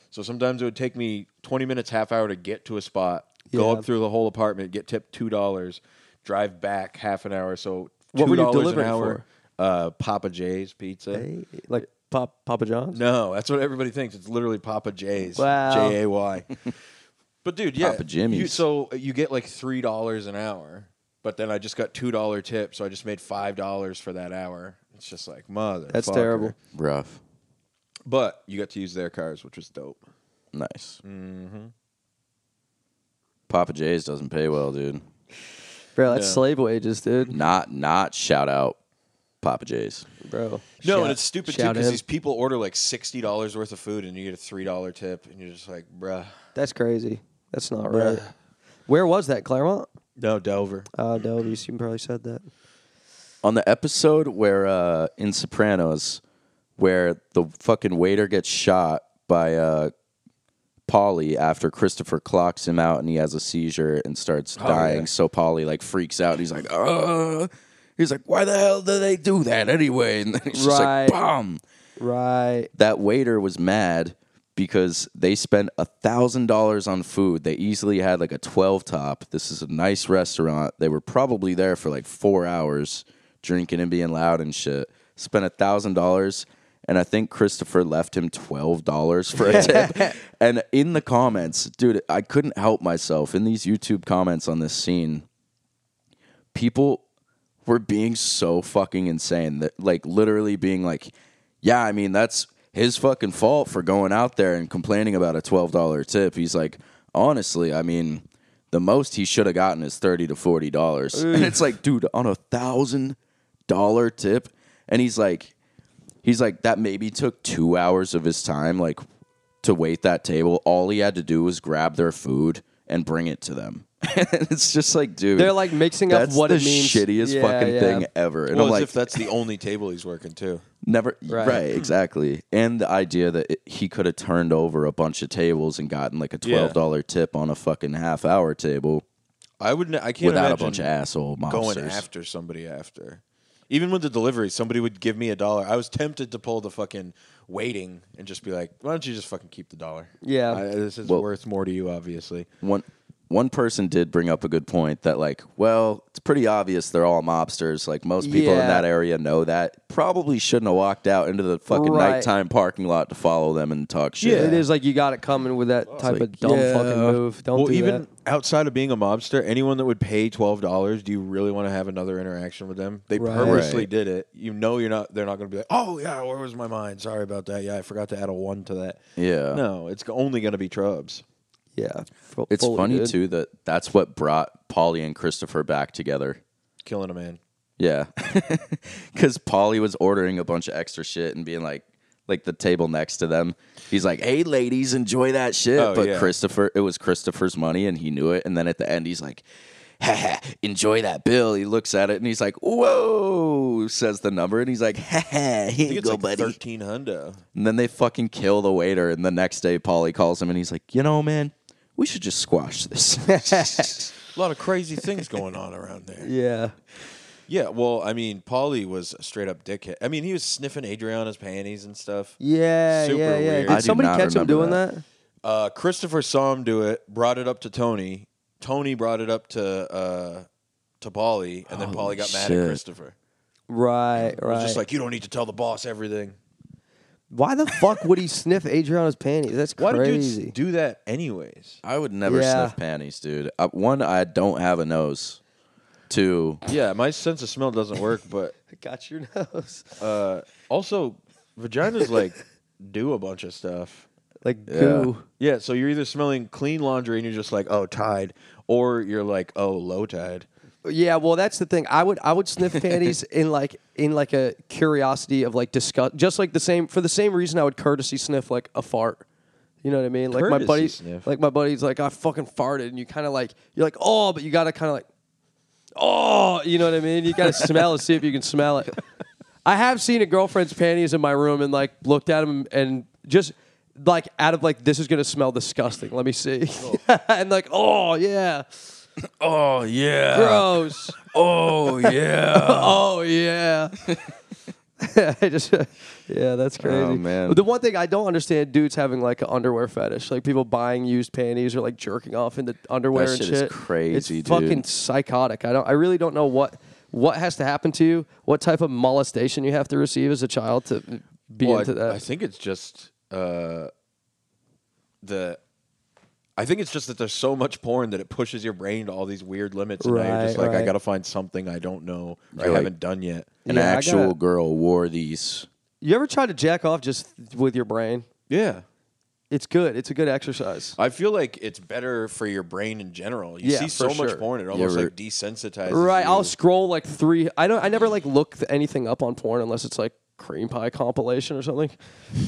Speaker 3: So sometimes it would take me 20 minutes, half hour to get to a spot, go
Speaker 1: Yeah.
Speaker 3: up through the whole apartment, get tipped $2, drive back half an hour. So
Speaker 1: What were you
Speaker 3: $2
Speaker 1: delivering
Speaker 3: an hour, Uh, Papa Jay's pizza.
Speaker 1: Like Pop, Papa John's?
Speaker 3: No, that's what everybody thinks. It's literally Papa Jay's.
Speaker 1: Wow.
Speaker 3: J A Y. But dude, yeah.
Speaker 2: Papa Jimmy's.
Speaker 3: you- so you get like three dollars an hour, but then I just got two dollar tip, so I just made five dollars for that hour. It's just like mother.
Speaker 1: That's terrible.
Speaker 2: rough.
Speaker 3: But you got to use their cars, which was dope.
Speaker 2: Nice. Mm-hmm. Papa Jay's doesn't pay well, dude.
Speaker 1: Bro, that's
Speaker 3: Yeah.
Speaker 1: slave wages, dude.
Speaker 2: Not not shout out Papa Jay's.
Speaker 1: Bro.
Speaker 3: No,
Speaker 1: shout-
Speaker 3: and it's stupid too
Speaker 1: shout
Speaker 3: because
Speaker 1: him.
Speaker 3: these people order like sixty dollars worth of food, and you get a three dollar tip, and you're just like, bruh.
Speaker 1: That's crazy. That's not right. Where was that, Claremont?
Speaker 3: No, Dover.
Speaker 1: Uh, no, you you probably said that.
Speaker 2: On the episode where uh, in Sopranos, where the fucking waiter gets shot by uh, Polly after Christopher clocks him out and he has a seizure and starts dying. So Polly like freaks out. He's like, uh He's like, why the hell do they do that anyway? And then he's
Speaker 1: Right.
Speaker 2: just like, bomb.
Speaker 1: Right.
Speaker 2: that waiter was mad because they spent a thousand dollars on food. They easily had like a twelve top. This is a nice restaurant. They were probably there for like four hours, drinking and being loud and shit. Spent a thousand dollars, and I think Christopher left him twelve dollars for a tip. and in the comments, dude, I couldn't help myself in these YouTube comments on this scene people were being so fucking insane that like literally being like yeah i mean that's his fucking fault for going out there and complaining about a $12 tip he's like honestly i mean the most he should have gotten is 30 to 40 dollars and it's like dude on a thousand dollar tip and he's like he's like that maybe took two hours of his time like to wait that table all he had to do was grab their food and bring it to them and it's just like dude
Speaker 1: They're like mixing up
Speaker 2: that's
Speaker 1: what
Speaker 2: the
Speaker 1: it means.
Speaker 2: shittiest
Speaker 1: Yeah,
Speaker 2: fucking
Speaker 1: yeah.
Speaker 2: thing ever. And
Speaker 3: Well,
Speaker 2: I'm
Speaker 3: as
Speaker 2: like,
Speaker 3: if that's the only table he's working too.
Speaker 2: never
Speaker 1: Right.
Speaker 2: right. exactly. And the idea that it, he could have turned over a bunch of tables and gotten like a
Speaker 3: Yeah.
Speaker 2: twelve dollar tip on a fucking half hour table
Speaker 3: I wouldn't. I can't
Speaker 2: without a
Speaker 3: imagine-
Speaker 2: bunch of asshole
Speaker 3: going
Speaker 2: monsters.
Speaker 3: after somebody after. Even with the delivery, somebody would give me a dollar. I was tempted to pull the fucking waiting and just be like, "Why don't you just fucking keep the dollar?"
Speaker 1: Yeah.
Speaker 3: I, this is
Speaker 2: Well-
Speaker 3: worth more to you, obviously.
Speaker 2: one one person did bring up a good point that like, well, it's pretty obvious they're all mobsters. Like most people
Speaker 1: Yeah.
Speaker 2: in that area know that. Probably shouldn't have walked out into the fucking
Speaker 1: Right.
Speaker 2: nighttime parking lot to follow them and talk shit.
Speaker 1: It is like you got it coming with that type
Speaker 2: like,
Speaker 1: of dumb
Speaker 2: yeah.
Speaker 1: fucking move. Don't
Speaker 3: well,
Speaker 1: do
Speaker 3: even
Speaker 1: that.
Speaker 3: outside of being a mobster, anyone that would pay twelve dollars, do you really want to have another interaction with them? They
Speaker 1: Right.
Speaker 3: purposely
Speaker 2: Right.
Speaker 3: did it. You know, you're not. They're not going to be like, "Oh yeah, where was my mind? Sorry about that. Yeah, I forgot to add a one to that."
Speaker 2: Yeah.
Speaker 3: No, it's only going to be trubs.
Speaker 1: Yeah. Fu-
Speaker 2: It's
Speaker 1: fully,
Speaker 2: funny
Speaker 1: dude.
Speaker 2: too that that's what brought Polly and Christopher back together.
Speaker 3: Killing a man.
Speaker 2: Yeah. Cause Polly was ordering a bunch of extra shit and being like like the table next to them. He's like, Hey ladies, enjoy that shit.
Speaker 3: Oh,
Speaker 2: but
Speaker 3: yeah.
Speaker 2: Christopher it was Christopher's money and he knew it. And then at the end he's like, ha ha, enjoy that bill. He looks at it and he's like, whoa, says the number. And he's like, ha ha, here you
Speaker 3: it's
Speaker 2: go,
Speaker 3: like
Speaker 2: buddy.
Speaker 3: thirteen hundo.
Speaker 2: And then they fucking kill the waiter. And the next day, Polly calls him and he's like, you know, man, we should just squash this.
Speaker 3: A lot of crazy things going on around there.
Speaker 1: Yeah.
Speaker 3: Yeah, well, I mean, Paulie was a straight up dickhead. I mean, he was sniffing Adriana's panties and stuff.
Speaker 1: Yeah,
Speaker 3: Super
Speaker 1: yeah, yeah.
Speaker 3: weird. I
Speaker 1: Did
Speaker 2: do
Speaker 1: somebody
Speaker 2: not
Speaker 1: catch him
Speaker 2: remember
Speaker 1: doing
Speaker 2: that.
Speaker 1: that?
Speaker 3: Uh, Christopher saw him do it, brought it up to Tony. Tony brought it up to uh, to Paulie, and then Paulie got mad
Speaker 2: shit.
Speaker 3: at Christopher.
Speaker 1: Right,
Speaker 3: It
Speaker 1: right.
Speaker 3: was just like, you don't need to tell the boss everything.
Speaker 1: Why the fuck would he sniff Adriana's panties? That's
Speaker 3: Why do
Speaker 1: crazy.
Speaker 3: dudes do that anyways?
Speaker 2: I would never
Speaker 1: Yeah.
Speaker 2: sniff panties, dude. Uh, one, I don't have a nose. Two,
Speaker 3: Yeah, my sense of smell doesn't work, but
Speaker 1: Got your nose.
Speaker 3: uh, also, vaginas like do a bunch of stuff.
Speaker 1: Like goo.
Speaker 3: Yeah, so you're either smelling clean laundry and you're just like, oh, tide, or you're like, oh, low tide.
Speaker 1: Yeah. well, that's the thing. I would I would sniff panties in like in like a curiosity of like disgust, just like the same for the same reason I would courtesy sniff like a fart. You know what I mean? Like my
Speaker 3: Courtesy
Speaker 1: buddy,
Speaker 3: sniff.
Speaker 1: like my buddy's like I fucking farted, and you kind of like you're like oh, but you gotta kind of like oh, you know what I mean? You gotta smell it, see if you can smell it. I have seen a girlfriend's panties in my room and like looked at them and just like out of like this is gonna smell disgusting. Let me see, and like oh yeah,
Speaker 2: oh
Speaker 3: Uh.
Speaker 2: yeah.
Speaker 1: gross.
Speaker 2: Oh yeah.
Speaker 1: Oh yeah. I just, yeah, that's crazy.
Speaker 2: Oh, man.
Speaker 1: But the one thing I don't understand, dudes having like an underwear fetish, like people buying used panties or like jerking off into underwear
Speaker 2: That
Speaker 1: and
Speaker 2: shit is
Speaker 1: shit.
Speaker 2: crazy,
Speaker 1: it's
Speaker 2: dude.
Speaker 1: fucking psychotic. I don't. I really don't know what what has to happen to you, what type of molestation you have to receive as a child to be
Speaker 3: Well, I-
Speaker 1: into that.
Speaker 3: I think it's just uh, the. I think it's just that there's so much porn that it pushes your brain to all these weird limits, and now you're just
Speaker 1: Right,
Speaker 3: like, I
Speaker 1: right.
Speaker 3: gotta find something I don't know or I
Speaker 2: You're like-
Speaker 3: haven't done yet.
Speaker 2: An
Speaker 1: Yeah, I
Speaker 2: actual
Speaker 1: gotta-
Speaker 2: girl wore these.
Speaker 1: you ever try to jack off just with your brain?
Speaker 3: Yeah,
Speaker 1: It's good. It's a good exercise.
Speaker 3: I feel like it's better for your brain in general. You
Speaker 1: Yeah,
Speaker 3: see
Speaker 1: for
Speaker 3: so much
Speaker 1: sure.
Speaker 3: porn, it almost
Speaker 2: ever-
Speaker 3: like desensitizes.
Speaker 1: Right,
Speaker 3: you.
Speaker 1: I'll scroll like three. I don't. I never like look th- anything up on porn unless it's like cream pie compilation or something.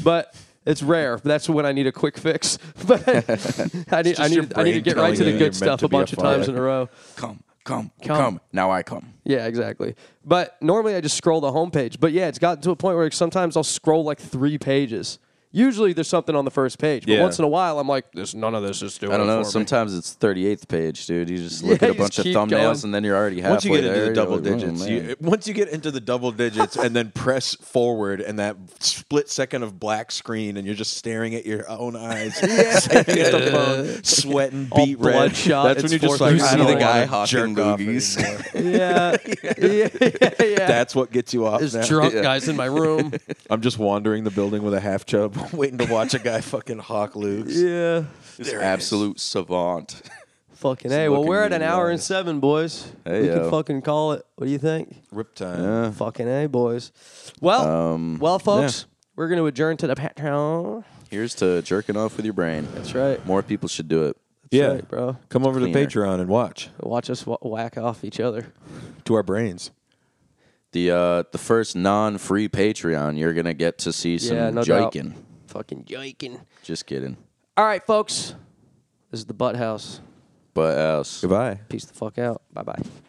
Speaker 1: But it's rare. That's when I need a quick fix. But I need. I
Speaker 3: just your
Speaker 1: need. I need to
Speaker 3: brain
Speaker 1: get right
Speaker 3: telling
Speaker 1: to the
Speaker 3: you you're
Speaker 1: good
Speaker 3: meant
Speaker 1: stuff
Speaker 3: to
Speaker 1: a
Speaker 3: be a
Speaker 1: bunch of times
Speaker 3: fuck.
Speaker 1: in a row.
Speaker 2: Come, come, come, Now I come.
Speaker 1: Yeah, exactly. But normally I just scroll the homepage. But yeah, it's gotten to a point where like, sometimes I'll scroll like three pages. Usually there's something on the first page, but
Speaker 3: Yeah.
Speaker 1: once in a while I'm like, there's none of this is doing.
Speaker 2: I
Speaker 1: it
Speaker 2: don't know.
Speaker 1: for me.
Speaker 2: Sometimes it's 38th page, dude. You just look
Speaker 1: Yeah, you
Speaker 2: at a
Speaker 1: just
Speaker 2: bunch of
Speaker 1: keep
Speaker 2: thumbnails
Speaker 1: going.
Speaker 2: and then you're already halfway
Speaker 3: Once you get into
Speaker 2: there,
Speaker 3: the
Speaker 2: you're
Speaker 3: double
Speaker 2: like, oh,
Speaker 3: digits,
Speaker 2: man.
Speaker 3: you, once you get into the double digits, and then press forward, and that split second of black screen, and you're just staring at your own eyes, staring at the phone, sweating,
Speaker 1: All
Speaker 3: beat red.
Speaker 1: bloodshot,
Speaker 3: That's when
Speaker 1: it's
Speaker 3: you're
Speaker 1: fourth
Speaker 3: just like,
Speaker 1: degree You
Speaker 3: I
Speaker 1: see
Speaker 3: don't
Speaker 1: the guy
Speaker 3: wanna
Speaker 2: hawking
Speaker 3: jerk off
Speaker 2: loogies.
Speaker 3: anymore.
Speaker 1: yeah, yeah, yeah, yeah.
Speaker 3: That's what gets you off.
Speaker 1: There's
Speaker 3: now.
Speaker 1: drunk guys in my room.
Speaker 3: I'm just wandering the building with a half chub, waiting to watch a guy fucking hawk loops.
Speaker 1: yeah.
Speaker 3: There it is.
Speaker 2: Absolute savant.
Speaker 1: Fucking hey, well
Speaker 2: looking
Speaker 1: we're at
Speaker 2: you
Speaker 1: an
Speaker 2: in the
Speaker 1: hour and
Speaker 2: eyes.
Speaker 1: seven, boys.
Speaker 2: Hey,
Speaker 1: we can
Speaker 2: yo.
Speaker 1: fucking call it. What do you think?
Speaker 3: rip time.
Speaker 1: Fucking a, boys. Well,
Speaker 2: Um,
Speaker 1: well, folks, we're gonna adjourn to the Patreon.
Speaker 2: Here's to jerking off with your brain.
Speaker 1: That's right.
Speaker 2: More people should do it.
Speaker 1: That's
Speaker 3: Yeah.
Speaker 1: right, bro.
Speaker 3: Come over to
Speaker 2: Cleaner.
Speaker 3: Patreon and watch
Speaker 1: Watch us wh- whack off each other.
Speaker 3: to our brains.
Speaker 2: The uh, the first non-free Patreon, you're gonna get to see some
Speaker 1: yeah, no
Speaker 2: jiking.
Speaker 1: doubt. Fucking jiking.
Speaker 2: Just kidding.
Speaker 1: All right, folks. This is the Butt House.
Speaker 2: But uh, else.
Speaker 3: Goodbye.
Speaker 1: Peace the fuck out. Bye bye.